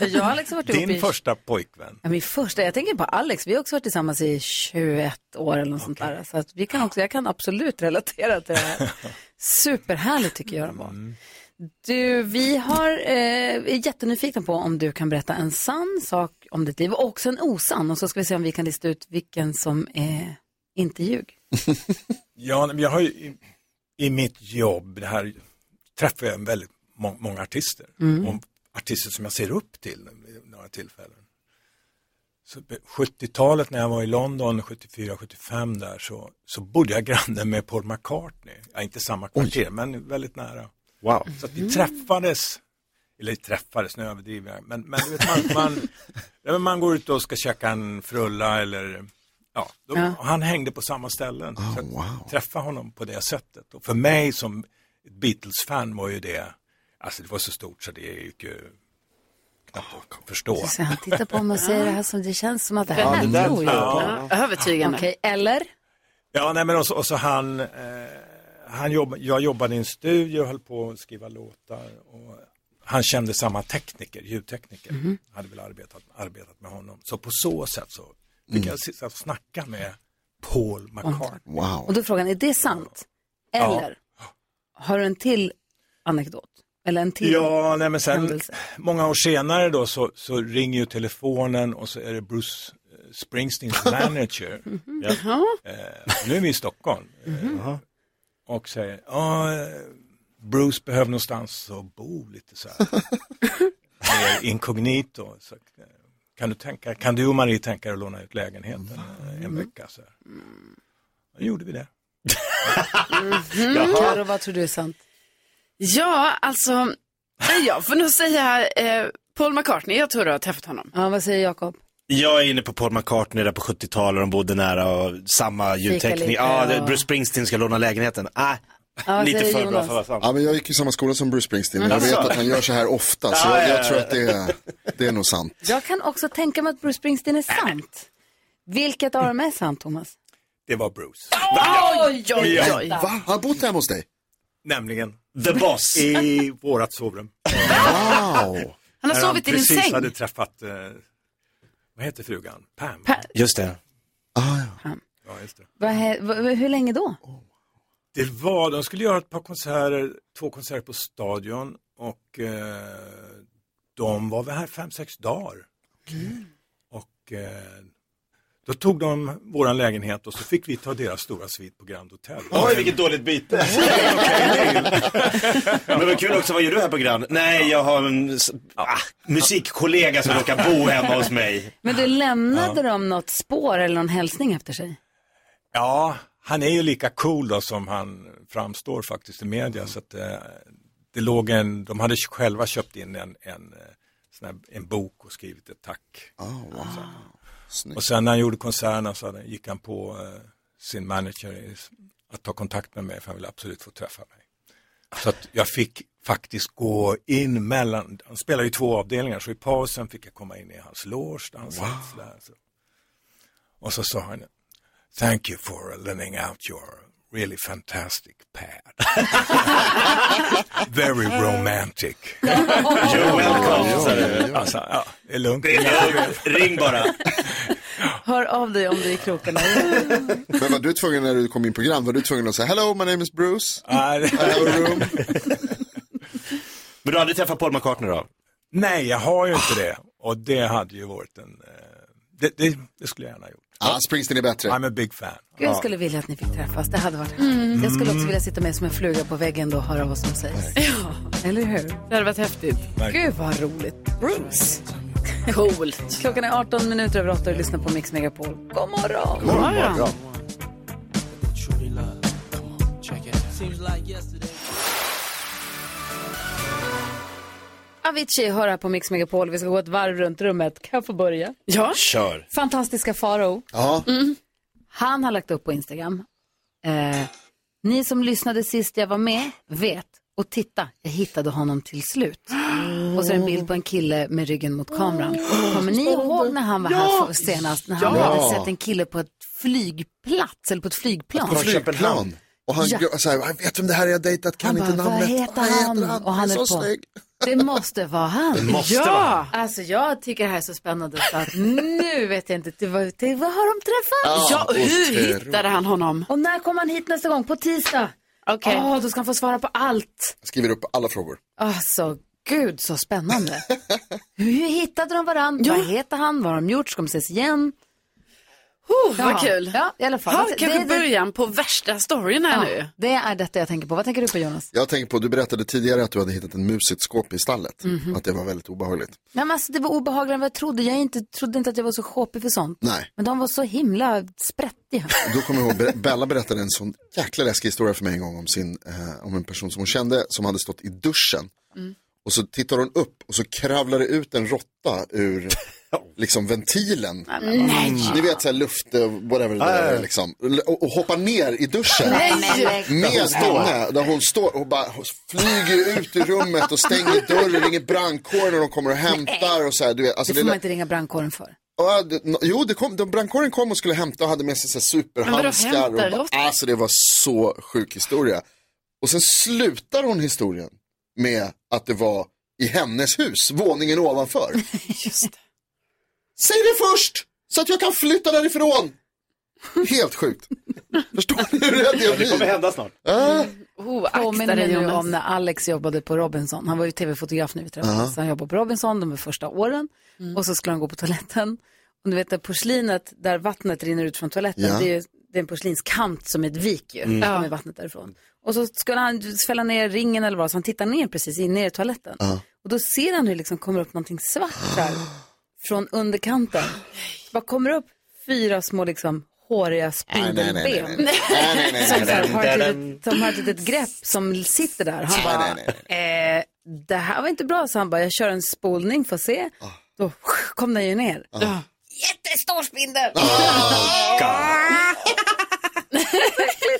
Jag har liksom varit ihop Din i- första pojkvän. Ja, min första, jag tänker på Alex, vi har också varit tillsammans i 21 år eller något sånt där. <laughs> Så Mm. att vi kan också, jag kan absolut relatera till det här. Superhärligt tycker jag de var. Du, vi har, eh, är jättenyfikna på om du kan berätta en sann sak om ditt liv och också en osann. Och så ska vi se om vi kan lista ut vilken som är inte ljug. Ja, men jag har ju, i, i mitt jobb, det här, träffar jag väldigt må, många artister. Mm. Och artister som jag ser upp till vid några tillfällen. Så på 70-talet när jag var i London, 74-75 där, så, så bodde jag granne med Paul McCartney. Ja, inte samma kvarter, men väldigt nära. Wow. Så att vi träffades, eller träffades, nu överdriver jag, men, men du vet, man, man, ja, men man går ut och ska käka en frulla eller Ja, de, Ja. och Han hängde på samma ställen. så att Träffa honom på det sättet. Och för mig som ett Beatles-fan var ju det, alltså det var så stort så det gick ju knappt att förstå. Så säger han, titta på mig och säger det här som det känns som att det här Ja, är det där- tror jag ja. på. Övertygande. Okej, eller? Ja, nej men och så, och så han, eh, han jobb, jag jobbade i en studio och höll på att skriva låtar. Och han kände samma tekniker, ljudtekniker. Mhm. Hade väl arbetat, arbetat med honom. Så på så sätt så fick Mm. jag sitta och snacka med Paul McCartney. Och då är frågan, är det sant? Eller har du en till anekdot? Eller en till? Ja, nej, men sen, många år senare då så, så ringer ju telefonen och så är det Bruce <laughs> eh, Springsteens manager. Mhm. Ja. Jaha. Eh, nu är vi i Stockholm. Eh, och säger, ja, eh, Bruce behöver någonstans att bo lite så här. Mer inkognito. Så, eh, kan, du tänka, kan du och Marie tänka er att låna ut lägenheten eh, en vecka? Så här. Då gjorde vi det. Mm. Karo, vad tror du är sant? Mhm. Ja, alltså, nej, jag får nog säga eh, Paul McCartney, jag tror du har träffat honom. Ja, vad säger Jakob? Jag är inne på Paul McCartney där på 70-talet, de bodde nära och samma ljudteknik. lite, Ja, det- ja. Bruce Springsteen ska låna lägenheten. Ah, Ja, vad <laughs> lite säger för bra Jonas? för att vara sant. Ja, men jag gick i samma skola som Bruce Springsteen och jag Mm. vet Alltså. att han gör så här ofta så Ja, jag, ja, jag ja. tror att det är, det är nog sant. Jag kan också tänka mig att Bruce Springsteen är sant. Vilket av dem är sant, Thomas? Det var Bruce. Oj, oj, oj. Va? Har han bott hemma hos dig? Nämligen. The Boss. I vårat sovrum. Wow. Han har När sovit i din precis säng. hade träffat, eh, vad heter frugan? Pam. Just det. Ja, just det. Vad hä- vad- hur länge då? det var, de skulle göra ett par konserter, två konserter på Stadion och eh, de var väl här fem, sex dagar. Och eh, då tog de våran lägenhet och så fick vi ta deras stora svit på Grand Hotel. Oj, vilket dåligt byte. Men vad kul också, vad gör du här på Grand? Nej, jag har en s- ah, musikkollega som råkar bo hemma hos mig. Men du lämnade dem något spår eller någon hälsning efter sig? Ja, han är ju lika cool då som han framstår faktiskt i media. Så att, eh, det låg en, de hade själva köpt in en, en, eh, sån här, en bok och skrivit ett tack. Snyggt. Och sen när han gjorde konserterna så hade, gick han på eh, sin manager i- att ta kontakt med mig för han ville absolut få träffa mig. Så att jag fick faktiskt gå in mellan, han spelade i två avdelningar så i pausen fick jag komma in i hans loge där han satt sådär. Så. Och så sa han, thank you for lending out your really fantastic <laughs> pad. Very romantic. You're welcome, sa du. Alltså, ja, det är lugnt. Det är lugnt. Ring bara. Hör av dig om du är i krokarna. Men var du tvungen när du kom in på Grand, var du tvungen att säga hello my name is Bruce? Men du har aldrig träffat Paul McCartney då? Nej, jag har ju inte det. Och det hade ju varit en... eh, Det, det, det skulle jag gärna ha gjort. ah, Springsteen är bättre. I'm a big fan. Gud, jag skulle vilja att ni fick träffas. Det hade varit häftigt. Jag skulle också vilja sitta med som en fluga på väggen då och höra vad som sägs. Ja. Eller hur? Det hade varit häftigt. Gud, vad roligt. Bruce. Coolt. Klockan är 18 minuter över 8 och du lyssnar på Mix Megapol. God morgon. God morgon. Avicii hör här på Mix Megapol. Vi ska gå ett varv runt rummet. Kan jag få börja? Ja. Kör. Fantastiska Faro. Mm. Ja. Han har lagt upp på Instagram. Eh, ni som lyssnade sist jag var med vet. Och titta, jag hittade honom till slut. Och så är det en bild på en kille med ryggen mot kameran. Kommer ni ihåg när han var här Ja. för, senast? När han Ja. hade sett en kille på ett flygplats eller på ett flygplan. På flygplan. Och han Ja. ja. så här, jag vet vem det här är jag dejtat, kan Han inte bara, namnet. vad heter han? Och han är är så på. snygg. Det måste vara han. Det måste Ja. vara han. Alltså jag tycker det här är så spännande så att nu vet jag inte, det var, det, vad har de träffats? Ja, Ja, hur otroligt. hittade han honom? Och när kommer han hit nästa gång? På tisdag? Okej. Åh, då ska han få svara på allt. Skriver upp alla frågor. Alltså, gud så <laughs> spännande. Hur hittade de varandra? Vad heter han? Vad har de gjort? Ska de ses igen? Oh, vad Ja. kul. Ja, i alla fall. Ha, Alltså, kanske det- det- början på värsta storyn här nu. Ja, det är detta jag tänker på. Vad tänker du på Jonas? Jag tänker på, du berättade tidigare att du hade hittat en mus i ett skåp i stallet. Mhm. Att det var väldigt obehagligt. Nej, men alltså, det var obehagligare än vad jag trodde. Jag inte, trodde inte att jag var så shoppig för sånt. Nej, Alltså, Men de var så himla sprättiga. då kommer jag ihåg, Be- <laughs> Bella berättade en sån jäkla läskig historia för mig en gång om, sin, eh, om en person som hon kände som hade stått i duschen. Mm. Och så tittar hon upp och så kravlar det ut en råtta ur liksom ventilen. Mm. Nej. Ni vet så här luft, eh, whatever det där är liksom. Och, och hoppar ner i duschen. Nej. Med Där hon står. henne, där hon står och bara flyger ut ur rummet och stänger dörren, ringer brandkåren och de kommer och hämtar och så här. Du vet, alltså det får det man lät- inte ringa brandkåren för. Ja, det, no- jo, det kom, de, brandkåren kom och skulle hämta och hade med sig så här superhandskar. Men vadå, och bara, hämtar? Låt- alltså det var så sjuk historia. Och sen slutar hon historien med att det var i hennes hus, våningen <laughs> ovanför. Säg det först! Så att jag kan flytta därifrån! Helt <laughs> sjukt. Förstår ni hur rädd jag Det kommer blir? hända snart. Äh? Oh, Påminner mig nu Jonas. om när Alex jobbade på Robinson. Han var ju tv-fotograf när vi träffades. Aha. Så Han jobbade på Robinson de första åren. Mm. Och så skulle han gå på toaletten. Och du vet det porslinet där vattnet rinner ut från toaletten. Ja. Det är ju det är en porslinskant som är ett vik ju. Mm. Där kommer vattnet därifrån. Och så skulle han fälla ner ringen eller vad. Så han tittar ner precis in ner i toaletten. Och då ser han hur det liksom kommer upp någonting svart där. från underkanten. Vad kommer upp? Fyra små liksom håriga nej, nej, spindelben. nej, nej. Nej, nej, nej, Som så här nej, har ett nej. litet- Som har ett litet grepp som sitter där. Han bara, Nej, nej, Eh, det här var inte bra, så han bara, jag kör en spolning för att se. Då kom den ju ner. <laughs> Ah. Jättestor spindel! Ah.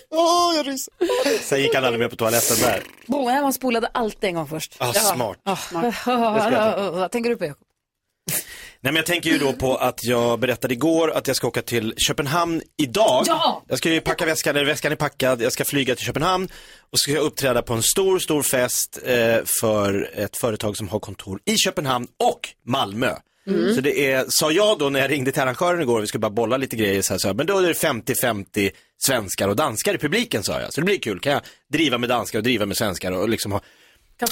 Åh, jag ryser. Sen gick han aldrig mer på toaletten där. Boom, nej, man spolade allt en gång först. Ah, smart. Ah, smart. Det ska <laughs> jag Vad tänker du på, Jakob? Nej men jag tänker ju då på att jag berättade igår att jag ska åka till Köpenhamn idag. Ja! Jag ska ju packa väskan, eller väskan är packad, jag ska flyga till Köpenhamn och ska jag uppträda på en stor, stor fest eh, för ett företag som har kontor i Köpenhamn och Malmö. Mm. Så det är, sa jag då när jag ringde till arrangören igår, vi skulle bara bolla lite grejer så här, så här men då är det 50-50 svenskar och danskar i publiken sa jag. Så det blir kul, kan jag driva med danskar och driva med svenskar och liksom ha Kan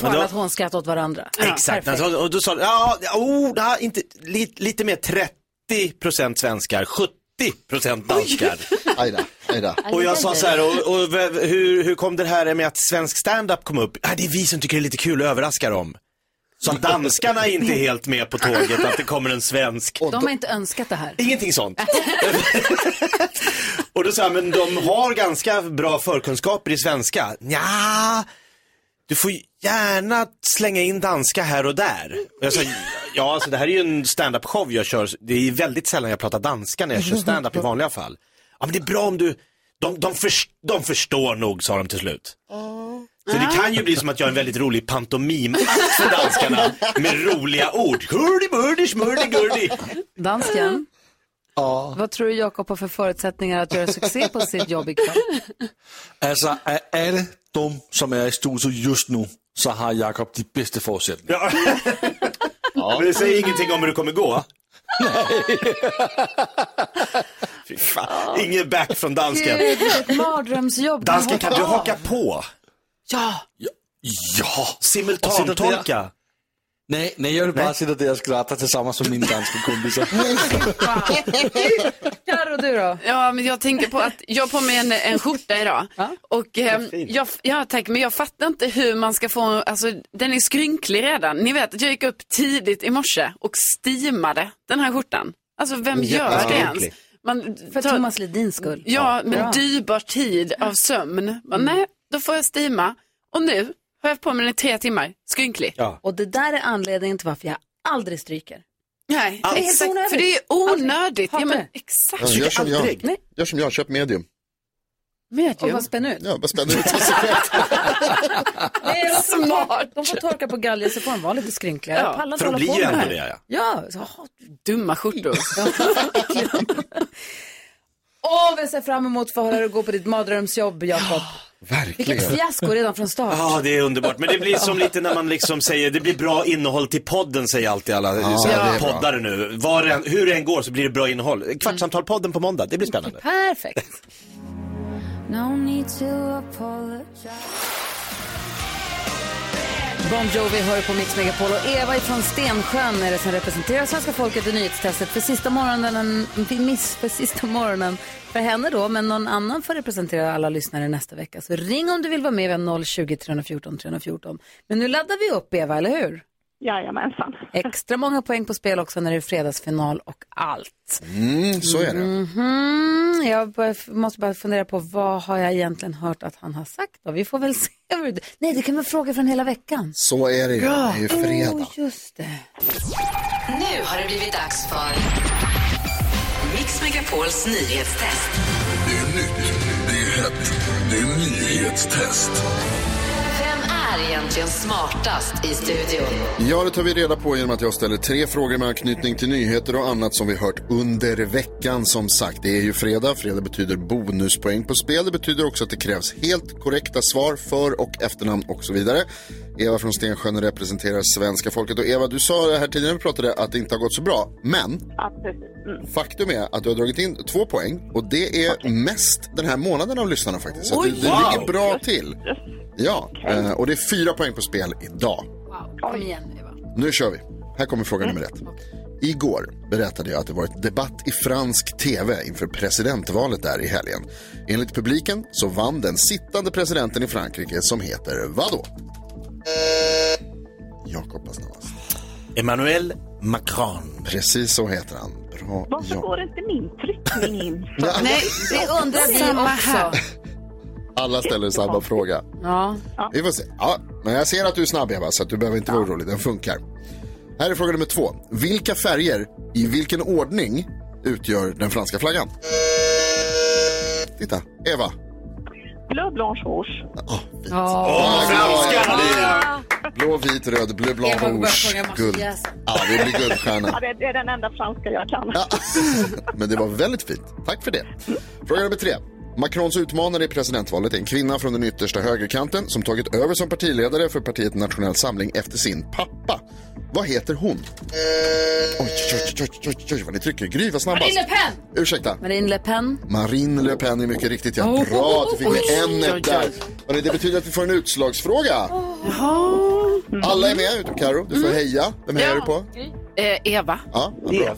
Men svara då- att hon skrattar åt varandra. Exakt, perfekt. alltså, och då sa du, ja, oh, det här, inte, li, lite mer 30% svenskar, 70% danskar. Aj då, aj då. Och jag sa så här, och, och, v- hur, hur kom det här med att svensk standup kom upp? Ah, det är vi som tycker det är lite kul att överraska dem. Så att danskarna är inte helt med på tåget att det kommer en svensk. De har inte önskat det här. Ingenting sånt. <laughs> och då sa jag, men de har ganska bra förkunskaper i svenska. Nja, du får gärna slänga in danska här och där. Och jag sa, ja alltså det här är ju en standup-show jag kör, det är väldigt sällan jag pratar danska när jag kör standup i vanliga fall. Ja men det är bra om du, de, de, förs- de förstår nog sa de till slut. Så det kan ju bli som att jag är en väldigt rolig pantomim för danskarna med roliga ord. Hurdy burdy smurdy gurdy. Dansken, Ja. vad tror du Jakob har för förutsättningar att göra succé på sitt jobb ikväll? Altså, af alle dem, som er i studiet just nu, så har Jakob de bedste forudsætninger. Ja. Men det säger ingenting om hur det kommer gå. Fy fan, ingen back från dansken. Gud, ett mardrömsjobb. Dansken, kan du hoppa av? haka på? Ja. Ja! Simultantolka. Nej, nej, jag vill bara sitta där och skratta tillsammans med mina danska kompisar. <laughs> Carro, du då? Ja, men jag tänker på att jag har på mig en, en skjorta idag. Och eh, jag, ja, tack, men jag fattar inte hur man ska få, alltså den är skrynklig redan. Ni vet, jag gick upp tidigt i morse och steamade den här skjortan. Alltså vem gör det ens? Man, För Thomas Ledins skull. Ja, Bra. men dyrbar tid av sömn. Men, Nej, då får jag steama. Och nu har jag på mig den i tre timmar, skrynklig. Och det där är anledningen till varför jag aldrig stryker. Nej, Allt. exakt, Onödigt. för det är onödigt. Ja, men, exakt. Ja, gör som jag. Gör som jag, köp medium. Och vad spänn ut. Ja, bara spänn <laughs> ut. Nej, vad smart. De får torka på galgen så får de vara lite skrynkliga. Ja, Jag pallar inte för de hålla blir på ju med ändå här. det, ja. Ja, så, ha, Dumma skjortor. Åh, vad jag ser fram emot för att höra hur det går på ditt mardrömsjobb, Jakob. Vilket fiasko redan från start. Ja, det är underbart. Men det blir som lite när man liksom säger, det blir bra innehåll till podden säger alltid alla Ja, så här det är bra. poddare nu. Var det, än- hur det än går så blir det bra innehåll. Kvartsamtalpodden på måndag, det blir spännande. Perfekt. <laughs> No need to apologize. Bon Jovi hör på Mix Megapol och Eva ifrån Stensjön är det som representerar svenska folket i nyhetstestet för sista morgonen, miss för sista morgonen för henne då, men någon annan får representera alla lyssnare nästa vecka. Så ring om du vill vara med, vi har 020 314 314. Men nu laddar vi upp Eva, eller hur? Jajamensan. Extra många poäng på spel också när det är fredagsfinal och <laughs> allt. Mm, så är det. Mhm. Jag bör- måste bara fundera på vad har jag egentligen hört att han har sagt då? Vi får väl <laughs> se. hur det- Nej, det kan vara frågor från hela veckan. Så är det ju. Det är ju fredag. Oh, just det. Nu har det blivit dags för Mix Megapols nyhetstest. Det är nytt, det är hett, det är nyhetstest. Vem är egentligen smartast i studion? Ja, det tar vi reda på genom att jag ställer tre frågor med anknytning till nyheter och annat som vi hört under veckan. Som sagt, det är ju fredag. Fredag betyder bonuspoäng på spel. Det betyder också att det krävs helt korrekta svar för och efternamn och så vidare. Eva från Stensjön representerar svenska folket. Och Eva, du sa det här tidigare när vi pratade att det inte har gått så bra. Men Ja, precis. Mm. faktum är att du har dragit in två poäng och det är mest den här månaden av lyssnarna faktiskt. Så att Oj, du, du wow. ligger bra till. Ja, eh, och det är fyra poäng på spel idag. Kom igen. Nu kör vi. Här kommer fråga nummer ett. Igår berättade jag att det varit debatt i fransk tv inför presidentvalet där i helgen. Enligt publiken så vann den sittande presidenten i Frankrike som heter vadå? Jakob var snabbast. Emmanuel Macron. Precis så heter han. Bra Varför jobb. går inte min tryckning <laughs> in? Nej, det undrar vi Samma här. också. Alla ställer samma fråga. Ja. Vi får se. Ja, men jag ser att du är snabb Eva, så att du behöver inte vara orolig. Den funkar. Här är fråga nummer två. Vilka färger, i vilken ordning, utgör den franska flaggan? Titta, Eva. Bleu, blanche, rouge. Åh, franskan! Blå, vit, röd, bleu, blanc, Eva går bara rouge, och sjunger guld. Marseillaise. Ja, det blir Ja, guldstjärna. det, det är den enda franska jag kan. Men det var väldigt fint. Tack för det. Fråga nummer tre. Macrons utmanare i presidentvalet är en kvinna från den yttersta högerkanten som tagit över som partiledare för partiet Nationell Samling efter sin pappa. Vad heter Eh. hon? Oj, oj, oj, oj, oj, vad ni trycker. Gry var snabbast. Marine Le Pen! Ursäkta. Marine Le Pen. Marine Le Pen är mycket riktigt ja. Oh. Bra att du fick Oj, med oj, oj. ämnet där. Hörrni, det betyder att vi får en utslagsfråga. Mm. Alla är med utom Karo. Du får heja. Vem hejar du på? Eh, Eva. Ja, vad bra.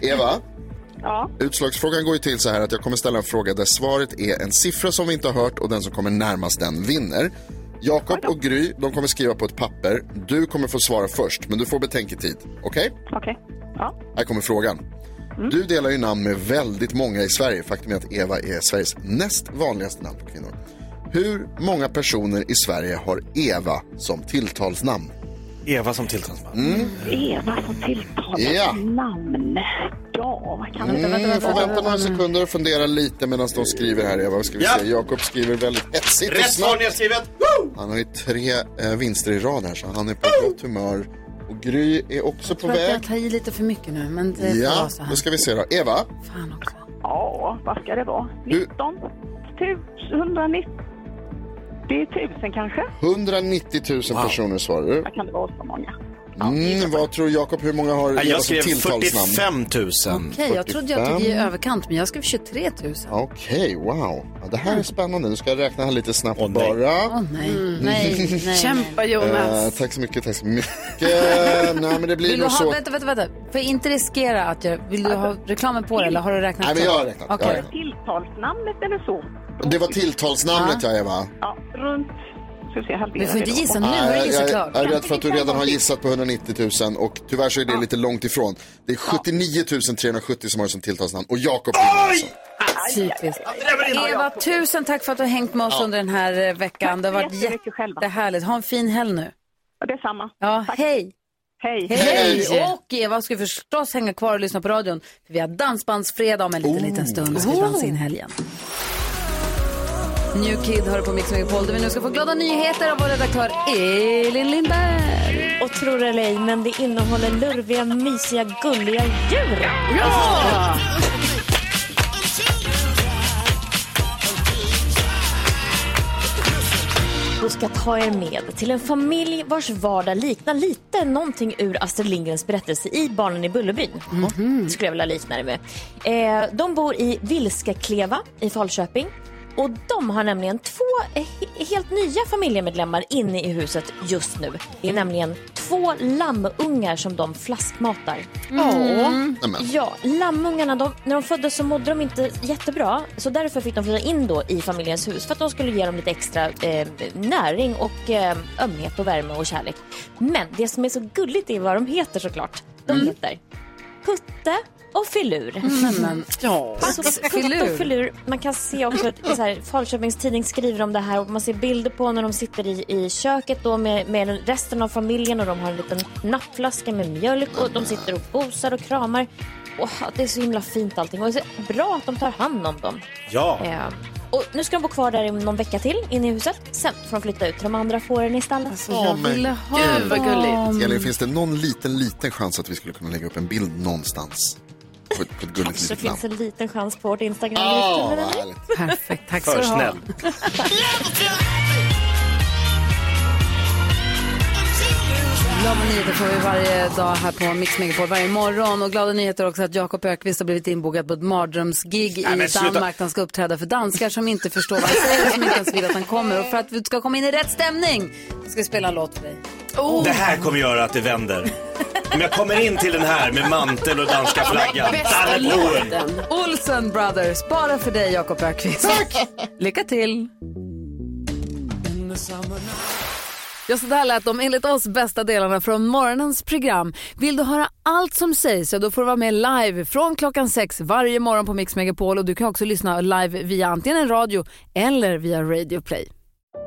Eva, Ja. utslagsfrågan går ju till så här att jag kommer ställa en fråga där svaret är en siffra som vi inte har hört och den som kommer närmast den vinner. Jakob och Gry, de kommer skriva på ett papper. Du kommer få svara först, men du får betänketid. Okej? Okej. Mm. Här kommer frågan. Du delar ju namn med väldigt många i Sverige. Faktum är att Eva är Sveriges näst vanligaste namn på kvinnor. Hur många personer i Sverige har Eva som tilltalsnamn? Eva som tilltalsman. Mm. Eva som tilltalar Ja. namn. Ja, vad kan det Mm, vi får vänta några sekunder och fundera lite medan de skriver här Eva. Vad Ska vi Ja. se? Jakob skriver väldigt hetsigt och Rätt svar snabbt. nedskrivet. Han har ju tre eh, vinster i rad här så han är på gott humör. Och Gry är också på Jag tror att väg. jag tar i lite för mycket nu, men det får Ja, vara så då här. ska vi se då. Eva, Ja, vad ska det vara? 19? 190? Det är tusen kanske? 190 000 personer svarar du. Vad kan det vara så många? Mm, vad tror Jakob, hur många har Ja, Eva som jag skrev tilltalsnamn? 45 000. Okej, jag trodde jag tog i överkant, men jag skrev 23 000. Okej, wow. Ja, det här är spännande. Nu ska jag räkna här lite snabbt bara. Åh nej, nej, <laughs> nej, nej. Kämpa Jonas. Mm. Eh, tack så mycket, tack så <laughs> mycket. Nej, men det blir Vill du nog ha, så. vänta, vänta, vänta. Får jag inte riskera att jag... Vill du ha reklamen på det eller har du räknat Nej, men jag har klart? räknat. Jag har Okej. räknat. Tilltalsnamnet eller så? Det var tilltalsnamnet, ja, Eva. Ja, runt... Ska vi se, halvera Vi får inte det då. gissa nu, har du jag, gissat jag, klart. jag är rädd för att du redan har gissat på 190 000 och tyvärr så är det lite långt ifrån. Det är 79 370 som har det som tilltalsnamn och Jakob vinner alltså. Typiskt. Eva, tusen tack för att du har hängt med oss Ja. under den här eh, veckan. Det har varit jättehärligt. Ha en fin helg nu. Detsamma. Ja, hej. Hej. Hej. Hej. Och Eva ska förstås hänga kvar och lyssna på radion. För vi har dansbandsfredag om en liten, liten stund. Vi ska vi dansa in helgen. New Kid hör på Mix Megapol där vi nu ska få glada nyheter av vår redaktör Elin Lindberg. Och tror det eller ej, men det innehåller lurviga, mysiga, gulliga djur. Alltså, Ja! Vi ska ta er med till en familj vars vardag liknar lite någonting ur Astrid Lindgrens berättelse i Barnen i Bullerbyn. Det skulle jag vilja likna det med. Eh, de bor i Vilskakleva i Falköping. Och de har nämligen två he- helt nya familjemedlemmar inne i huset just nu. Det är nämligen två lammungar som de flaskmatar. Mm. Nämen. Ja, lammungarna, de, när de föddes så mådde de inte jättebra. Så därför fick de flytta in då i familjens hus för att de skulle ge dem lite extra eh, näring och eh, ömhet och värme och kärlek. Men det som är så gulligt är vad de heter såklart. De heter Putte och Filur. Mm, <laughs> men, ja. Alltså, Pax Putte Filur. och Filur, man kan se också att så här, Falköpings tidning skriver om det här och man ser bilder på när de sitter i, i köket då med, med den- resten av familjen och de har en liten nappflaska med mjölk och de sitter och gosar och kramar. Åh, det är så himla fint allting och det är så bra att de tar hand om dem. Ja. Eh, och nu ska de bo kvar där i någon vecka till inne i huset. Sen får de flytta ut till de andra fåren i stallet. Åh, men gud. dem. Eller finns det någon liten, liten chans att vi skulle kunna lägga upp en bild någonstans? På ett, på ett gulligt Så litet finns namn. en liten chans på vårt Instagram. Åh, Just nu. vad härligt. Perfekt, tack För ska du ha. snäll. Glada nyheter får vi varje dag här på Mix Megapol, varje morgon. Och glada nyheter också att Jakob Ökvist har blivit inbokad på ett mardrömsgig i Nej, men sluta. Danmark. Han ska uppträda för danskar som inte förstår vad han säger och som inte ens vill att han kommer. Och för att vi ska komma in i rätt stämning så ska vi spela en låt för dig. Oh. Oh, Det här kommer göra att det vänder. Om jag kommer in till den här med mantel och danska flaggan. Bästa Där är boen. låten. Olsen Brothers, bara för dig Jakob Ökvist. Lycka till! Ja, så där lät de enligt oss bästa delarna från morgonens program. Vill du höra allt som sägs så då får du vara med live från klockan sex varje morgon på Mix Megapol och du kan också lyssna live via antingen en radio eller via Radio Play.